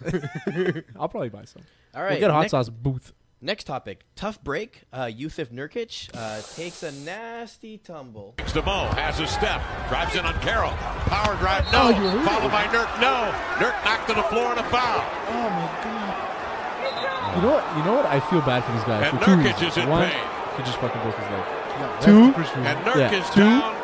Speaker 7: I'll probably buy some.
Speaker 8: All right,
Speaker 7: we'll get a hot
Speaker 8: next,
Speaker 7: sauce booth.
Speaker 8: next topic. Tough break. Uh, Yusuf Nurkic uh, takes a nasty tumble.
Speaker 9: Demo has a step, drives in on Carroll. Power drive,
Speaker 7: Oh,
Speaker 9: no. Followed by Nurk, no. Nurk knocked to the floor and a foul.
Speaker 7: You know what? You know what? I feel bad for this guy
Speaker 9: And
Speaker 7: for two
Speaker 9: Nurkic
Speaker 7: reasons.
Speaker 9: is in
Speaker 7: One,
Speaker 9: pain.
Speaker 7: he just fucking broke his leg.
Speaker 4: Two.
Speaker 9: And Nurk
Speaker 7: Yeah.
Speaker 9: is
Speaker 7: Two.
Speaker 9: down,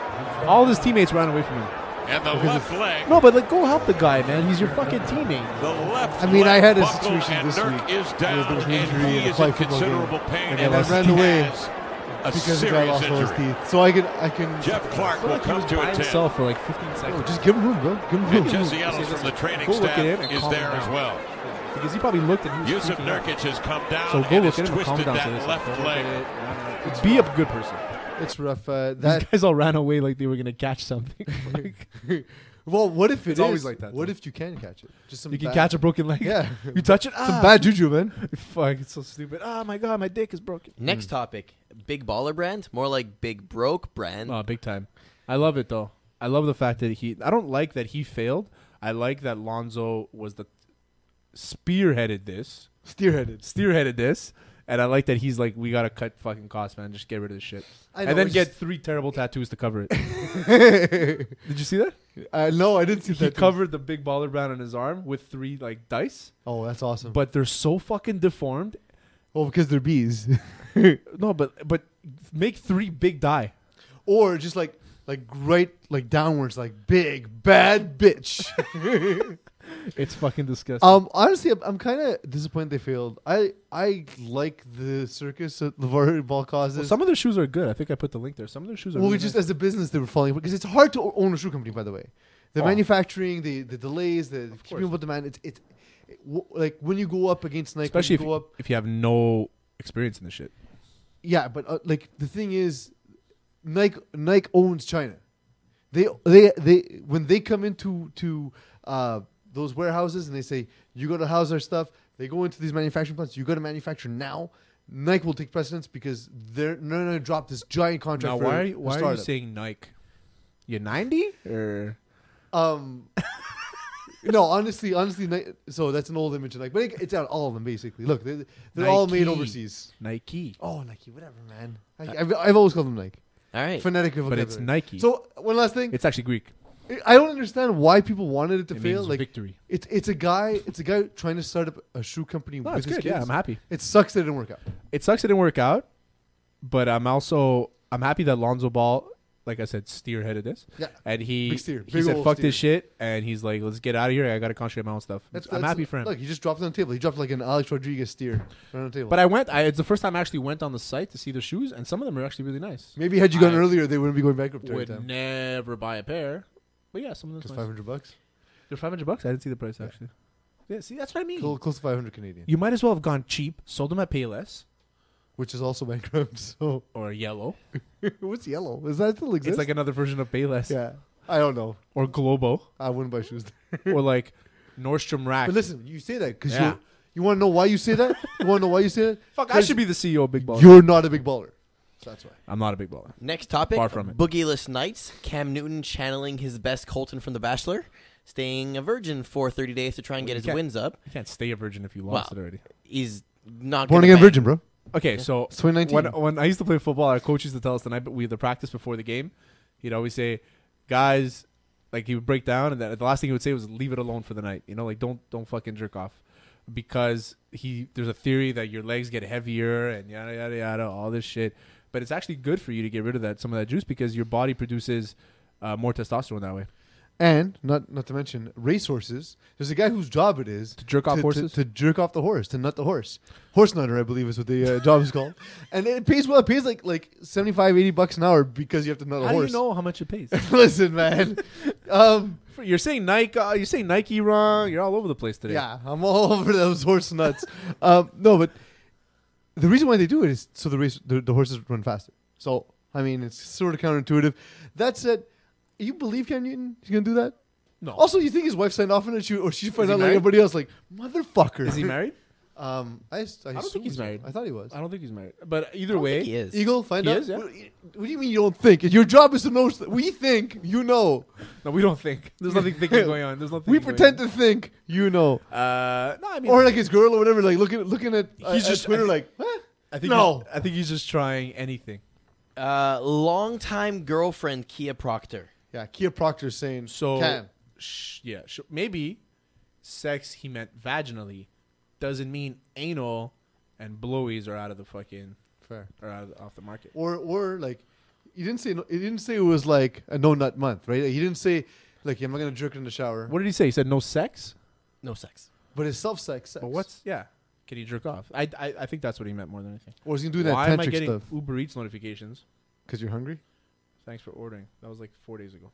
Speaker 7: All his teammates ran away from him.
Speaker 9: and the left leg,
Speaker 7: No, but like, go help the guy, man. He's your fucking teammate.
Speaker 9: the left
Speaker 4: I mean, I
Speaker 9: leg
Speaker 4: had a
Speaker 9: buckle,
Speaker 4: situation
Speaker 9: and
Speaker 4: this
Speaker 9: Nurk
Speaker 4: week.
Speaker 9: is
Speaker 4: There was
Speaker 9: down,
Speaker 4: an
Speaker 9: and
Speaker 4: injury in
Speaker 9: he
Speaker 4: a
Speaker 9: is in
Speaker 4: five football
Speaker 9: considerable
Speaker 4: game,
Speaker 9: pain.
Speaker 4: and I
Speaker 9: as
Speaker 4: ran
Speaker 9: he
Speaker 4: away.
Speaker 9: has a
Speaker 4: because the guy
Speaker 9: serious
Speaker 4: lost all his
Speaker 9: injury.
Speaker 4: teeth. So I can, I can.
Speaker 9: Jeff Clark will come to
Speaker 7: by
Speaker 9: attend.
Speaker 7: himself for like 15 seconds.
Speaker 4: No, just give him room, bro. Give him room.
Speaker 9: And Jesse Ellis from the training
Speaker 7: Go look at him
Speaker 9: staff
Speaker 7: and
Speaker 9: is
Speaker 7: calm him
Speaker 9: there as
Speaker 7: down.
Speaker 9: well.
Speaker 7: because he probably looked and he was
Speaker 9: Yusuf
Speaker 7: freaking out.
Speaker 9: Nurkic has come down
Speaker 7: So go
Speaker 9: and
Speaker 7: look
Speaker 9: has
Speaker 7: at him and calm
Speaker 9: twisted
Speaker 7: down. to
Speaker 9: that
Speaker 7: this.
Speaker 9: left
Speaker 7: Don't look
Speaker 9: leg.
Speaker 7: at it. Be a good person.
Speaker 4: It's rough. Uh,
Speaker 7: These
Speaker 4: that.
Speaker 7: guys all ran away like they were gonna catch something. <laughs> Like,
Speaker 4: Well, what if it
Speaker 7: It's always
Speaker 4: is?
Speaker 7: like that,
Speaker 4: What
Speaker 7: though.
Speaker 4: if you can catch it? Just some.
Speaker 7: you can
Speaker 4: bad-
Speaker 7: catch a broken leg.
Speaker 4: Yeah.
Speaker 7: <laughs> You touch it. Ah,
Speaker 4: Some bad juju, man.
Speaker 7: <laughs> Fuck, it's so stupid. Ah, my god, my dick is broken.
Speaker 8: Next topic: big baller brand, more like big broke brand.
Speaker 7: Oh, big time. I love it though. I love the fact that he. I don't like that he failed. I like that Lonzo was the spearheaded this,
Speaker 4: Steerheaded.
Speaker 7: steerheaded this, and I like that he's like, we gotta cut fucking costs, man. Just get rid of this shit,
Speaker 4: I know,
Speaker 7: and then
Speaker 4: it's
Speaker 7: get three terrible tattoos to cover
Speaker 4: <laughs>
Speaker 7: it. Did you see that?
Speaker 4: Uh, no, <laughs> I didn't see
Speaker 7: He
Speaker 4: that.
Speaker 7: covered the big baller brand on his arm with three like dice,
Speaker 4: oh, that's awesome.
Speaker 7: but they're so fucking deformed.
Speaker 4: well, because they're bees, <laughs>
Speaker 7: No, but but make three big die.
Speaker 4: or just like like right like downwards, like big bad bitch.
Speaker 7: It's fucking disgusting.
Speaker 4: <laughs> Um, honestly, I'm, I'm kind of disappointed they failed. I I like the circus that LeVar Ball causes.
Speaker 7: Well, some of their shoes are good. I think I put the link there. Some of their shoes are.
Speaker 4: well,
Speaker 7: really
Speaker 4: we just
Speaker 7: nice.
Speaker 4: as a business they were falling because it's hard to o- own a shoe company. By the way, the manufacturing, the the delays, the keeping up with demand. It's it's it, w- like when you go up against Nike,
Speaker 7: especially
Speaker 4: you
Speaker 7: if
Speaker 4: go
Speaker 7: you,
Speaker 4: up.
Speaker 7: if you have no experience in this shit.
Speaker 4: Yeah, but uh, like the thing is, Nike Nike owns China. They they they when they come into to uh, those warehouses and they say you got to house our stuff. They go into these manufacturing plants. You got to manufacture now. Nike will take precedence because they're, they're going to drop this giant contract.
Speaker 7: Now,
Speaker 4: for
Speaker 7: why are
Speaker 4: a
Speaker 7: you, why are you
Speaker 4: startup.
Speaker 7: saying Nike? You're 90 or
Speaker 4: Um, no, honestly, honestly, Ni- so that's an old image of Nike, but it, it's out all of them basically. Look, they, they're all made
Speaker 7: Nike.
Speaker 4: overseas.
Speaker 7: Nike?
Speaker 4: Oh, Nike, whatever, man. I, I've, I've always called them Nike.
Speaker 8: All right.
Speaker 4: Phonetic, of
Speaker 7: But it's
Speaker 4: together.
Speaker 7: Nike.
Speaker 4: So one last thing,
Speaker 7: It's actually Greek.
Speaker 4: I don't understand why people wanted it to
Speaker 7: It
Speaker 4: fail.
Speaker 7: means
Speaker 4: Like
Speaker 7: victory.
Speaker 4: it's it's a guy, it's a guy trying to start up a shoe company
Speaker 7: No,
Speaker 4: with
Speaker 7: it's
Speaker 4: his
Speaker 7: good.
Speaker 4: kids.
Speaker 7: Yeah, I'm happy.
Speaker 4: It sucks that it didn't work out.
Speaker 7: It sucks it didn't work out, but I'm also I'm happy that Lonzo Ball, like I said, spearheaded this.
Speaker 4: Yeah.
Speaker 7: And he
Speaker 4: Big steer.
Speaker 7: he
Speaker 4: Big
Speaker 7: said
Speaker 4: ol'
Speaker 7: fuck this shit, and he's like, let's get out of here. I gotta concentrate on my own stuff. I'm happy for him.
Speaker 4: Look, he just dropped it on the table. He dropped like an Alex Rodriguez steer right on the table.
Speaker 7: but I went. I, it's the first time I actually went on the site to see the shoes, and some of them are actually really nice.
Speaker 4: maybe had you gone
Speaker 7: I
Speaker 4: earlier, they wouldn't be going bankrupt. every
Speaker 7: Would
Speaker 4: time.
Speaker 7: never buy a pair. But yeah, some of
Speaker 4: It's
Speaker 7: them.
Speaker 4: five
Speaker 7: Nice.
Speaker 4: hundred
Speaker 7: <clears throat>
Speaker 4: bucks,
Speaker 7: They're five hundred bucks. I didn't see the price actually. Yeah, see, that's what I mean.
Speaker 4: Cl- close to five hundred Canadian,
Speaker 7: You might as well have gone cheap, sold them at Payless
Speaker 4: which is also <laughs> bankrupt. So.
Speaker 7: or Yellow.
Speaker 4: What's yellow? Is that still exist?
Speaker 7: It's like another version of Payless
Speaker 4: yeah. I don't know.
Speaker 7: or Globo
Speaker 4: <laughs> I wouldn't buy shoes. There.
Speaker 7: or like Nordstrom Rack.
Speaker 4: But listen, you say that because
Speaker 7: Yeah.
Speaker 4: you you want to know why you say that. you want to know why you say that?
Speaker 7: <laughs> fuck, I should be the CEO of Big Baller.
Speaker 4: You're not a big baller, so that's why.
Speaker 7: I'm not a big baller.
Speaker 8: Next topic:
Speaker 7: Far from it.
Speaker 8: Boogieless nights. Cam Newton channeling his best Colton from The Bachelor, staying a virgin for 30 days to try and get his
Speaker 7: can't-
Speaker 8: wins up.
Speaker 7: You can't stay a virgin if you lost
Speaker 8: Wow.
Speaker 7: it already.
Speaker 8: He's not
Speaker 4: Born
Speaker 8: gonna
Speaker 4: again
Speaker 8: bang.
Speaker 4: virgin, bro.
Speaker 7: Okay, so
Speaker 4: 2019.
Speaker 7: When, when I used to play football, our coach used to tell us the night but we the practice before the game. He'd always say, "Guys," like he would break down, and then the last thing he would say was, "Leave it alone for the night." You know, like don't don't fucking jerk off, because he there's a theory that your legs get heavier and yada yada yada, all this shit. But it's actually good for you to get rid of that some of that juice because your body produces uh, more testosterone that way.
Speaker 4: And not not to mention racehorses. There's a guy whose job it is to
Speaker 7: jerk off
Speaker 4: to,
Speaker 7: horses?
Speaker 4: to, jerk off the horse, to nut the horse, horse nutter, I believe is what the uh, job is
Speaker 7: <laughs>
Speaker 4: called. And it pays well. It pays like like 75, 80 bucks an hour because you have to nut a
Speaker 7: How do you
Speaker 4: horse.
Speaker 7: know how much it pays?
Speaker 4: <laughs> Listen, man. Um,
Speaker 7: you're saying Nike, uh, you're saying Nike wrong. You're all over the place today.
Speaker 4: Yeah, I'm all <laughs> over those horse nuts. um, no, but the reason why they do it is so the race the, the horses run faster. So I mean, it's sort of counterintuitive. That said, you believe Cam Newton? He's gonna do that?
Speaker 7: No.
Speaker 4: Also, you think his wife signed off on it, she, or she
Speaker 7: Is
Speaker 4: find
Speaker 7: he
Speaker 4: out like
Speaker 7: married?
Speaker 4: everybody else? Like motherfucker.
Speaker 7: Is he married?
Speaker 4: Um, I, s- I
Speaker 7: don't
Speaker 4: assume
Speaker 7: think he's
Speaker 4: so.
Speaker 7: married.
Speaker 4: I thought he was.
Speaker 7: I don't think he's married. But either
Speaker 8: I don't
Speaker 7: way,
Speaker 8: think he is.
Speaker 4: Eagle, find
Speaker 7: He
Speaker 4: out.
Speaker 7: is, yeah.
Speaker 4: what, what do you mean you don't think? Your job is to know. st- We think you know.
Speaker 7: No, we don't think. There's nothing thinking going on. There's nothing.
Speaker 4: We pretend to think you know.
Speaker 7: Uh, no, I mean,
Speaker 4: Or like his girl or whatever. Like looking looking at uh,
Speaker 7: He's
Speaker 4: at
Speaker 7: just- I <laughs>
Speaker 4: Twitter.
Speaker 7: think-
Speaker 4: like what?
Speaker 7: I think
Speaker 4: no.
Speaker 7: he's- I think he's just trying anything.
Speaker 8: Uh, longtime girlfriend Kia Proctor.
Speaker 4: Yeah, Kia Proctor's saying
Speaker 7: So,
Speaker 4: Cam.
Speaker 7: Sh- yeah, sh- maybe sex he meant vaginally doesn't mean anal and blowies are out of the fucking
Speaker 4: Fair.
Speaker 7: are out of, off the market.
Speaker 4: Or or like you didn't say no, you didn't say it was like a no nut month, right? Like, you didn't say like I'm not gonna jerk it in the shower.
Speaker 7: What did he say? He said no sex.
Speaker 8: No sex.
Speaker 4: But it's self sex sex.
Speaker 7: But what's yeah? Can you jerk off? I, I, I think that's what he meant more than anything.
Speaker 4: Or is he doing that
Speaker 7: Why am I
Speaker 4: tantric
Speaker 7: getting
Speaker 4: stuff?
Speaker 7: Uber Eats notifications?
Speaker 4: Because you're hungry?
Speaker 7: Thanks for ordering. That was like four days ago.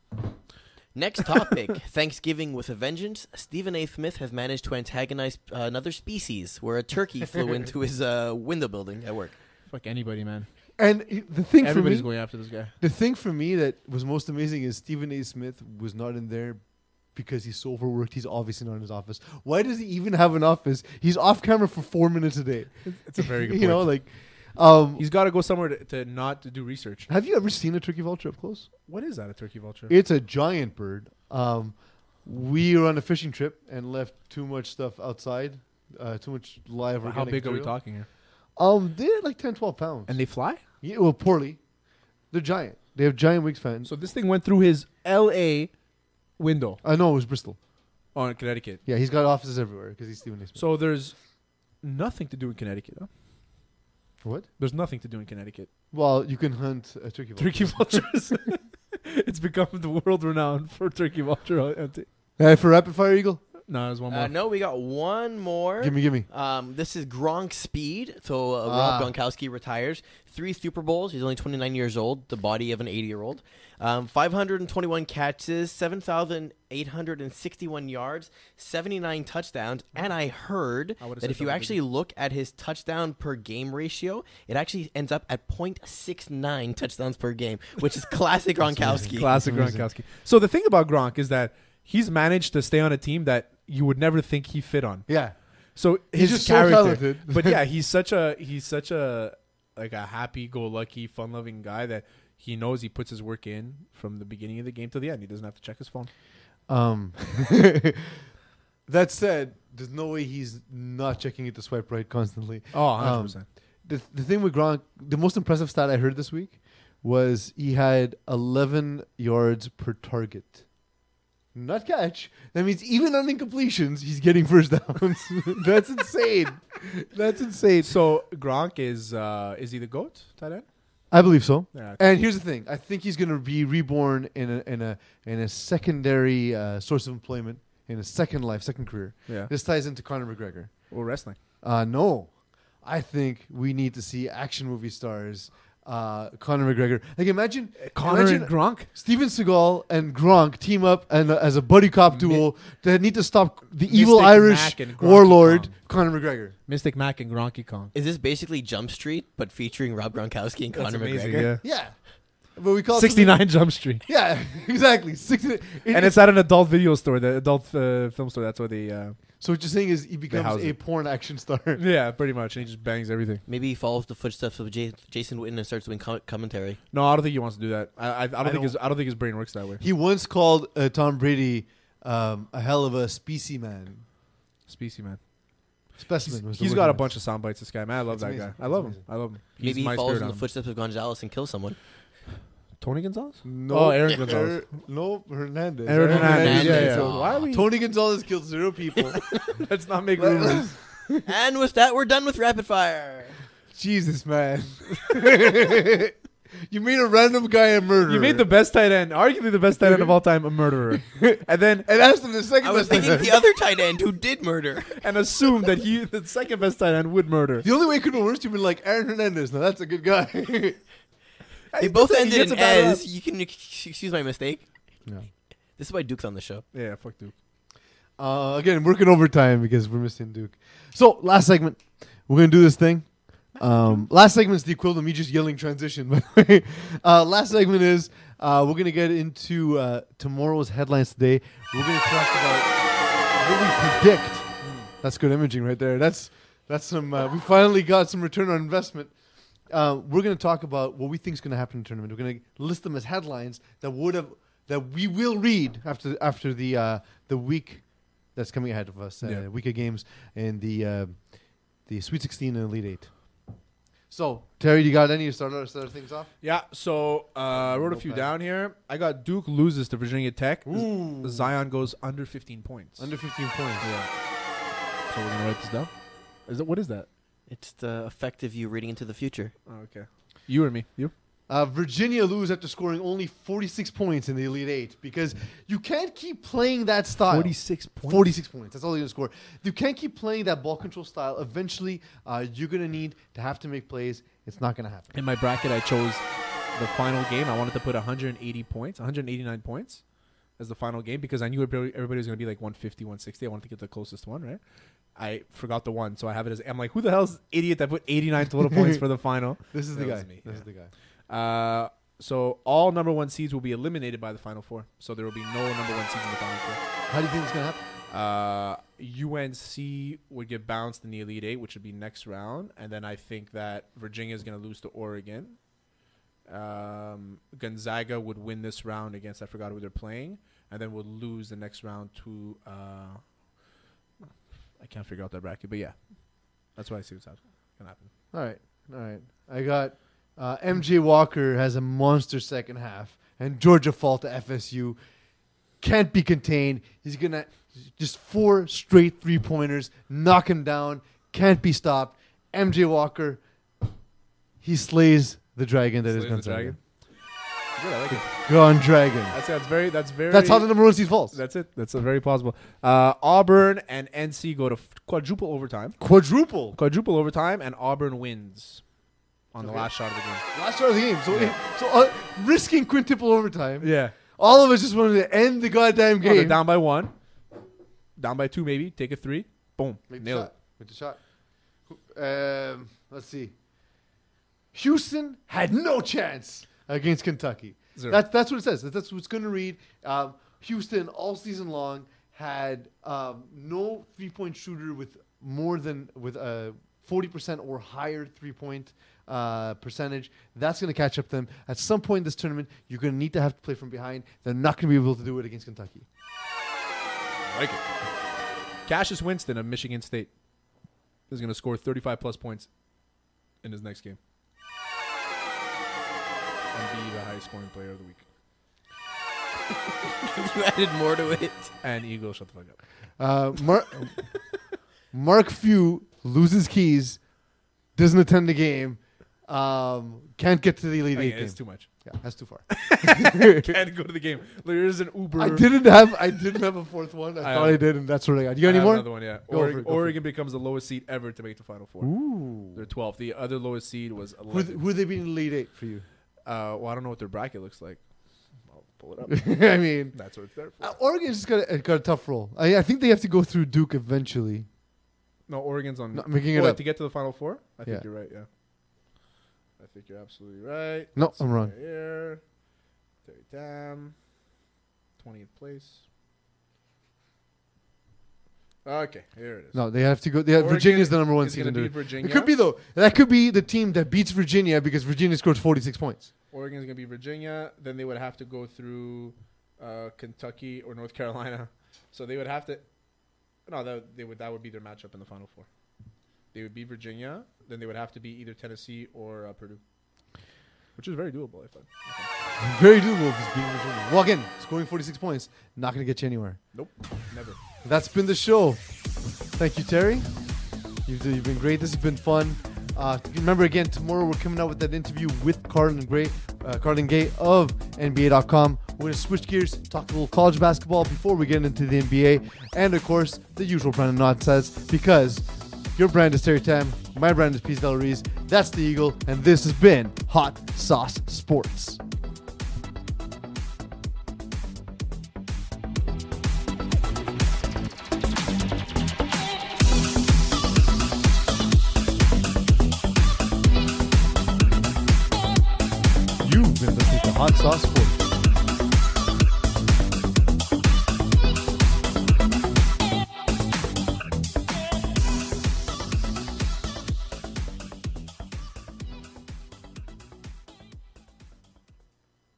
Speaker 8: Next topic <laughs> Thanksgiving with a vengeance. Stephen A. Smith has managed to antagonize uh, another species where a turkey flew into his uh, window building at work.
Speaker 7: Fuck anybody, man.
Speaker 4: And he- the thing
Speaker 7: Everybody's
Speaker 4: for me,
Speaker 7: going after this guy.
Speaker 4: the thing for me that was most amazing is Stephen A. Smith was not in there because he's so overworked. He's obviously not in his office. Why does he even have an office? He's off camera for four minutes a day.
Speaker 7: It's a very good
Speaker 4: <laughs> you
Speaker 7: point.
Speaker 4: know, like, um,
Speaker 7: He's got to go somewhere to, to not to do research.
Speaker 4: have you ever seen a turkey vulture up close?
Speaker 7: What is that, a turkey vulture?
Speaker 4: It's a giant bird. Um, we were on a fishing trip and left too much stuff outside, uh, too much live.
Speaker 7: How
Speaker 4: organic
Speaker 7: big are we
Speaker 4: material.
Speaker 7: talking here?
Speaker 4: Um, they're like 10, 12 pounds.
Speaker 7: And they fly?
Speaker 4: yeah, well, poorly. They're giant. They have giant wingspan.
Speaker 7: So this thing went through his L.A. window
Speaker 4: I know Uh, it was Bristol.
Speaker 7: on Connecticut.
Speaker 4: Yeah, he's got offices everywhere because he's Stephen A. Smith.
Speaker 7: So there's nothing to do in Connecticut. Huh?
Speaker 4: what?
Speaker 7: There's nothing to do in <laughs> Connecticut.
Speaker 4: Well, you can hunt a
Speaker 7: <laughs>
Speaker 4: turkey. vulture.
Speaker 7: Turkey vultures. it's become the world renowned for turkey vulture hunting.
Speaker 4: Hey, for rapid fire eagle,
Speaker 7: No, there's one more.
Speaker 8: Uh, no, we got one more.
Speaker 4: gimme, gimme.
Speaker 8: Um, this is Gronk Speed. So uh,
Speaker 7: Ah.
Speaker 8: Rob Gronkowski retires. Three Super Bowls. He's only 29 years old, the body of an 80 year old. Um, 521 catches, 7,861 yards, 79 touchdowns. And I heard
Speaker 7: I would've
Speaker 8: that
Speaker 7: said
Speaker 8: if you
Speaker 7: double
Speaker 8: actually look at his touchdown per game ratio, it actually ends up at 0.69 touchdowns per game,
Speaker 7: <laughs>
Speaker 8: which is classic Gronkowski.
Speaker 7: Classic Gronkowski. So the thing about Gronk is that he's managed to stay on a team that you would never think he fit on.
Speaker 4: Yeah,
Speaker 7: So his
Speaker 4: just so
Speaker 7: character,
Speaker 4: talented.
Speaker 7: <laughs>
Speaker 4: <laughs>
Speaker 7: but yeah, he's such a he's such a like a happy-go-lucky, fun-loving guy that he knows he puts his work in from the beginning of the game to the end. He doesn't have to check his phone.
Speaker 4: Um, <laughs> that said, there's no way he's not checking it to swipe right constantly. Um,
Speaker 7: Oh, 100%.
Speaker 4: the, the thing with Gronk, the most impressive stat I heard this week was he had 11 yards per target. Not catch. That means even on incompletions, he's getting first downs. <laughs> That's insane. That's insane.
Speaker 7: So Gronk is uh is he the goat tight end?
Speaker 4: I believe so.
Speaker 7: Yeah, okay.
Speaker 4: And here's the thing: I think he's going to be reborn in a in a in a secondary uh, source of employment in a second life, second career.
Speaker 7: Yeah.
Speaker 4: This ties into Conor McGregor.
Speaker 7: Or wrestling?
Speaker 4: Uh, no, I think we need to see action movie stars. Uh, Conor McGregor. Like imagine
Speaker 7: Connor
Speaker 4: imagine
Speaker 7: and Gronk.
Speaker 4: Steven Seagal and Gronk team up and uh, as a buddy cop duel that need to stop the evil
Speaker 7: Mystic
Speaker 4: Irish
Speaker 7: Mac and Gronky
Speaker 4: warlord
Speaker 7: Kong.
Speaker 4: Conor McGregor.
Speaker 7: Mystic Mac and Gronky Kong.
Speaker 8: Is this basically Jump Street, but featuring Rob Gronkowski and Conor McGregor?
Speaker 4: Yeah, but we call it
Speaker 7: Sixty nine Jump Street.
Speaker 4: <laughs> Yeah, exactly. Sixty. it-
Speaker 7: And it's at an adult video store, the adult uh, film store. That's where they. Uh,
Speaker 4: So what you're saying is he becomes
Speaker 7: house
Speaker 4: a
Speaker 7: it.
Speaker 4: porn action star.
Speaker 7: <laughs> yeah, pretty much. And he just bangs everything.
Speaker 8: Maybe he follows the footsteps of J- Jason Witten and starts doing com- commentary.
Speaker 7: No, I don't think he wants to do that. I, I, I don't think
Speaker 4: don't-
Speaker 7: his I don't think his brain works that way.
Speaker 4: <laughs> He once called uh, Tom Brady um, a hell of a specie man.
Speaker 7: Specie man.
Speaker 4: Specimen. was the
Speaker 7: He's
Speaker 4: word
Speaker 7: got
Speaker 4: he
Speaker 7: a
Speaker 4: used.
Speaker 7: bunch of sound bites. This guy, man, I love
Speaker 4: It's
Speaker 7: that
Speaker 4: amazing.
Speaker 7: guy. I love
Speaker 4: It's
Speaker 7: him. I love him. He's
Speaker 8: Maybe
Speaker 7: my
Speaker 8: he follows
Speaker 7: spirit
Speaker 8: in the
Speaker 7: animal.
Speaker 8: footsteps of Gonzalez and kills someone.
Speaker 7: Tony Gonzalez.
Speaker 4: No,
Speaker 7: Oh, Aaron Gonzalez.
Speaker 4: Er- no, Hernandez.
Speaker 7: Aaron Hernandez.
Speaker 8: Hernandez.
Speaker 7: Yeah, yeah.
Speaker 8: Aw.
Speaker 7: Why are we?
Speaker 4: Tony Gonzalez killed zero <laughs> people.
Speaker 7: <laughs> Let's not make rumors.
Speaker 8: and with that, we're done with rapid fire.
Speaker 4: Jesus, man. <laughs> you made a random guy a murderer.
Speaker 7: <laughs> you made the best tight end, arguably the best tight end of all time, a <laughs> murderer, and then
Speaker 4: and asked him the second
Speaker 8: I was
Speaker 4: best
Speaker 8: thinking
Speaker 4: <laughs>
Speaker 8: of the other tight end who did murder.
Speaker 7: and assume that he the second best tight end would murder.
Speaker 4: The only way it could have worse, you'd been like Aaron Hernandez. Now that's a good guy.
Speaker 8: <laughs> They both
Speaker 7: He
Speaker 8: ended
Speaker 7: gets
Speaker 8: in
Speaker 7: a bad
Speaker 8: S. You can ex- excuse my mistake.
Speaker 4: No.
Speaker 8: This is why Duke's on the show.
Speaker 7: Yeah, fuck Duke.
Speaker 4: Uh, again, working overtime because we're missing Duke. So last segment, we're gonna do this thing. Um, last segment's the equivalent of me just yelling transition. By the way, <laughs> uh, last segment is uh, we're gonna get into uh, tomorrow's headlines today. We're gonna talk about what we predict. That's good imaging right there. That's that's some. Uh, we finally got some return on investment. Uh, we're gonna talk about what we think is gonna happen in the tournament. We're gonna list them as headlines that would have that we will read after after the uh, the week that's coming ahead of us. Uh,
Speaker 7: Yeah.
Speaker 4: Week of games and the uh, the Sweet 16 and Elite Eight. So Terry, you got any to start, our- start things off?
Speaker 7: Yeah, so uh, I wrote a few
Speaker 4: Okay.
Speaker 7: down here. I got Duke loses to Virginia Tech. Zion goes under 15 points.
Speaker 4: Under 15 points.
Speaker 7: So we're gonna write this down. Is it what is that?
Speaker 8: It's the effect of you reading into the future.
Speaker 7: Oh, okay. You or me? You?
Speaker 4: Uh, Virginia lose after scoring only 46 points in the Elite Eight because you can't keep playing that style.
Speaker 7: 46 points?
Speaker 4: 46 points. That's all you're going to score. You can't keep playing that ball control style. Eventually, uh, you're going to need to have to make plays. It's not going to happen.
Speaker 7: In my bracket, I chose the final game. I wanted to put 180 points, 189 points as the final game because I knew everybody everybody was going to be like 150, 160. I wanted to get the closest one, right? I forgot the one, so I have it as I'm like, who the hell's idiot that put 89
Speaker 4: <laughs>
Speaker 7: total points for the final?
Speaker 4: This is the
Speaker 7: That
Speaker 4: guy.
Speaker 7: was me,
Speaker 4: This
Speaker 7: yeah.
Speaker 4: is the guy.
Speaker 7: Uh, so all number one seeds will be eliminated by the final four. So there will be no number one seeds in the final four.
Speaker 4: How do you think it's going to happen?
Speaker 7: Uh, UNC would get bounced in the Elite Eight, which would be next round, and then I think that Virginia is going to lose to Oregon. Um, Gonzaga would win this round against I forgot who they're playing, and then would lose the next round to. Uh, I can't figure out that bracket, but yeah, that's why I see what's happening. Gonna happen.
Speaker 4: All right, all right. I got uh, MJ Walker has a monster second half, and Georgia fall to FSU. Can't be contained. He's gonna just four straight three pointers, knock him down. Can't be stopped. MJ Walker, he slays the dragon that is
Speaker 7: Slays the
Speaker 4: Slays Gonzaga.
Speaker 7: dragon. Good, I like it.
Speaker 4: Gone dragon.
Speaker 7: That's, that's very. That's very.
Speaker 4: That's how the number one seed falls.
Speaker 7: That's it. That's a very plausible. Uh, Auburn and NC go to f- quadruple overtime.
Speaker 4: Quadruple.
Speaker 7: Quadruple overtime, and Auburn wins on the last shot of the game.
Speaker 4: Last shot of the game. So, so uh, risking quintuple overtime.
Speaker 7: Yeah.
Speaker 4: All of us just wanted to end the goddamn
Speaker 7: they're
Speaker 4: game.
Speaker 7: down by one, down by two, maybe. Take a three. Boom.
Speaker 4: Make the
Speaker 7: Nail
Speaker 4: shot. Make the shot. Who- Um, let's see. Houston had no chance against Kentucky.
Speaker 7: Zero.
Speaker 4: That's that's what it says. That's, that's what's going to read. Um, Houston all season long had um, no three point shooter with more than with a forty percent or higher three point uh, percentage. That's going to catch up to them at some point in this tournament. You're going to need to have to play from behind. They're not going to be able to do it against Kentucky.
Speaker 7: it. Cassius Winston of Michigan State is going to score 35 plus points in his next game and be the highest scoring player <laughs> of the week.
Speaker 8: you added more to it.
Speaker 7: And Eagle, shut the fuck up.
Speaker 4: Uh, Mar- Mark Few loses keys, doesn't attend the game, um, can't get to the Elite
Speaker 7: Okay,
Speaker 4: Eight game.
Speaker 7: it's Oh, too much.
Speaker 4: yeah, that's too
Speaker 7: <laughs>
Speaker 4: far.
Speaker 7: Can't go to the game. There is an Uber.
Speaker 4: I didn't have I didn't have a fourth one. I,
Speaker 7: I
Speaker 4: thought
Speaker 7: have-
Speaker 4: I did, and that's what I got. You got
Speaker 7: I
Speaker 4: any
Speaker 7: have
Speaker 4: more?
Speaker 7: Another one, yeah.
Speaker 4: Go
Speaker 7: Oregon,
Speaker 4: for it, go for
Speaker 7: Oregon becomes the lowest seed ever to make the Final Four. Ooh. They're 12th. The other lowest seed was
Speaker 4: Who,
Speaker 7: 11.
Speaker 4: th- who they beat in the Elite Eight for you?
Speaker 7: uh, well, I don't know what their bracket looks like. I'll
Speaker 4: <laughs>
Speaker 7: pull it up.
Speaker 4: I mean,
Speaker 7: That's what it's there for.
Speaker 4: uh, Oregon's just got a, got a tough role. I, I think they have to go through Duke eventually.
Speaker 7: No, Oregon's on.
Speaker 4: Not making it
Speaker 7: What,
Speaker 4: up.
Speaker 7: to get to the Final Four? I think
Speaker 4: Yeah.
Speaker 7: you're right, yeah. I think you're absolutely right.
Speaker 4: No,
Speaker 7: Let's
Speaker 4: I'm
Speaker 7: see
Speaker 4: wrong.
Speaker 7: Here. Terry Dam. 20th place. Okay, here it is.
Speaker 4: No, they have to go. They have,
Speaker 7: Oregon
Speaker 4: Virginia's the number one
Speaker 7: is
Speaker 4: seed.
Speaker 7: gonna
Speaker 4: under-
Speaker 7: beat
Speaker 4: It
Speaker 7: Virginia.
Speaker 4: could be though. That could be the team that beats Virginia because Virginia scored forty six points.
Speaker 7: Oregon's going to be Virginia. Then they would have to go through uh, Kentucky or North Carolina. So they would have to. No, that they would that would be their matchup in the Final Four. They would be Virginia. Then they would have to be either Tennessee or uh, Purdue, which is very doable. I thought.
Speaker 4: Very doable if it's beating Virginia. Walk in, scoring 46 points. Not going to get you anywhere.
Speaker 7: Nope, never.
Speaker 4: That's been the show. Thank you, Terry. You've, you've been great. This has been fun. Uh, remember again, tomorrow we're coming out with that interview with Carlin Gray, uh, Carlin Gay of NBA.com. We're going to switch gears, talk a little college basketball before we get into the NBA, and of course, the usual Brandon Knott says, because your brand is Terry Tam, my brand is Peace Del Reese, that's the Eagle, and this has been Hot Sauce Sports. You've been listening to Hot Sauce Sports.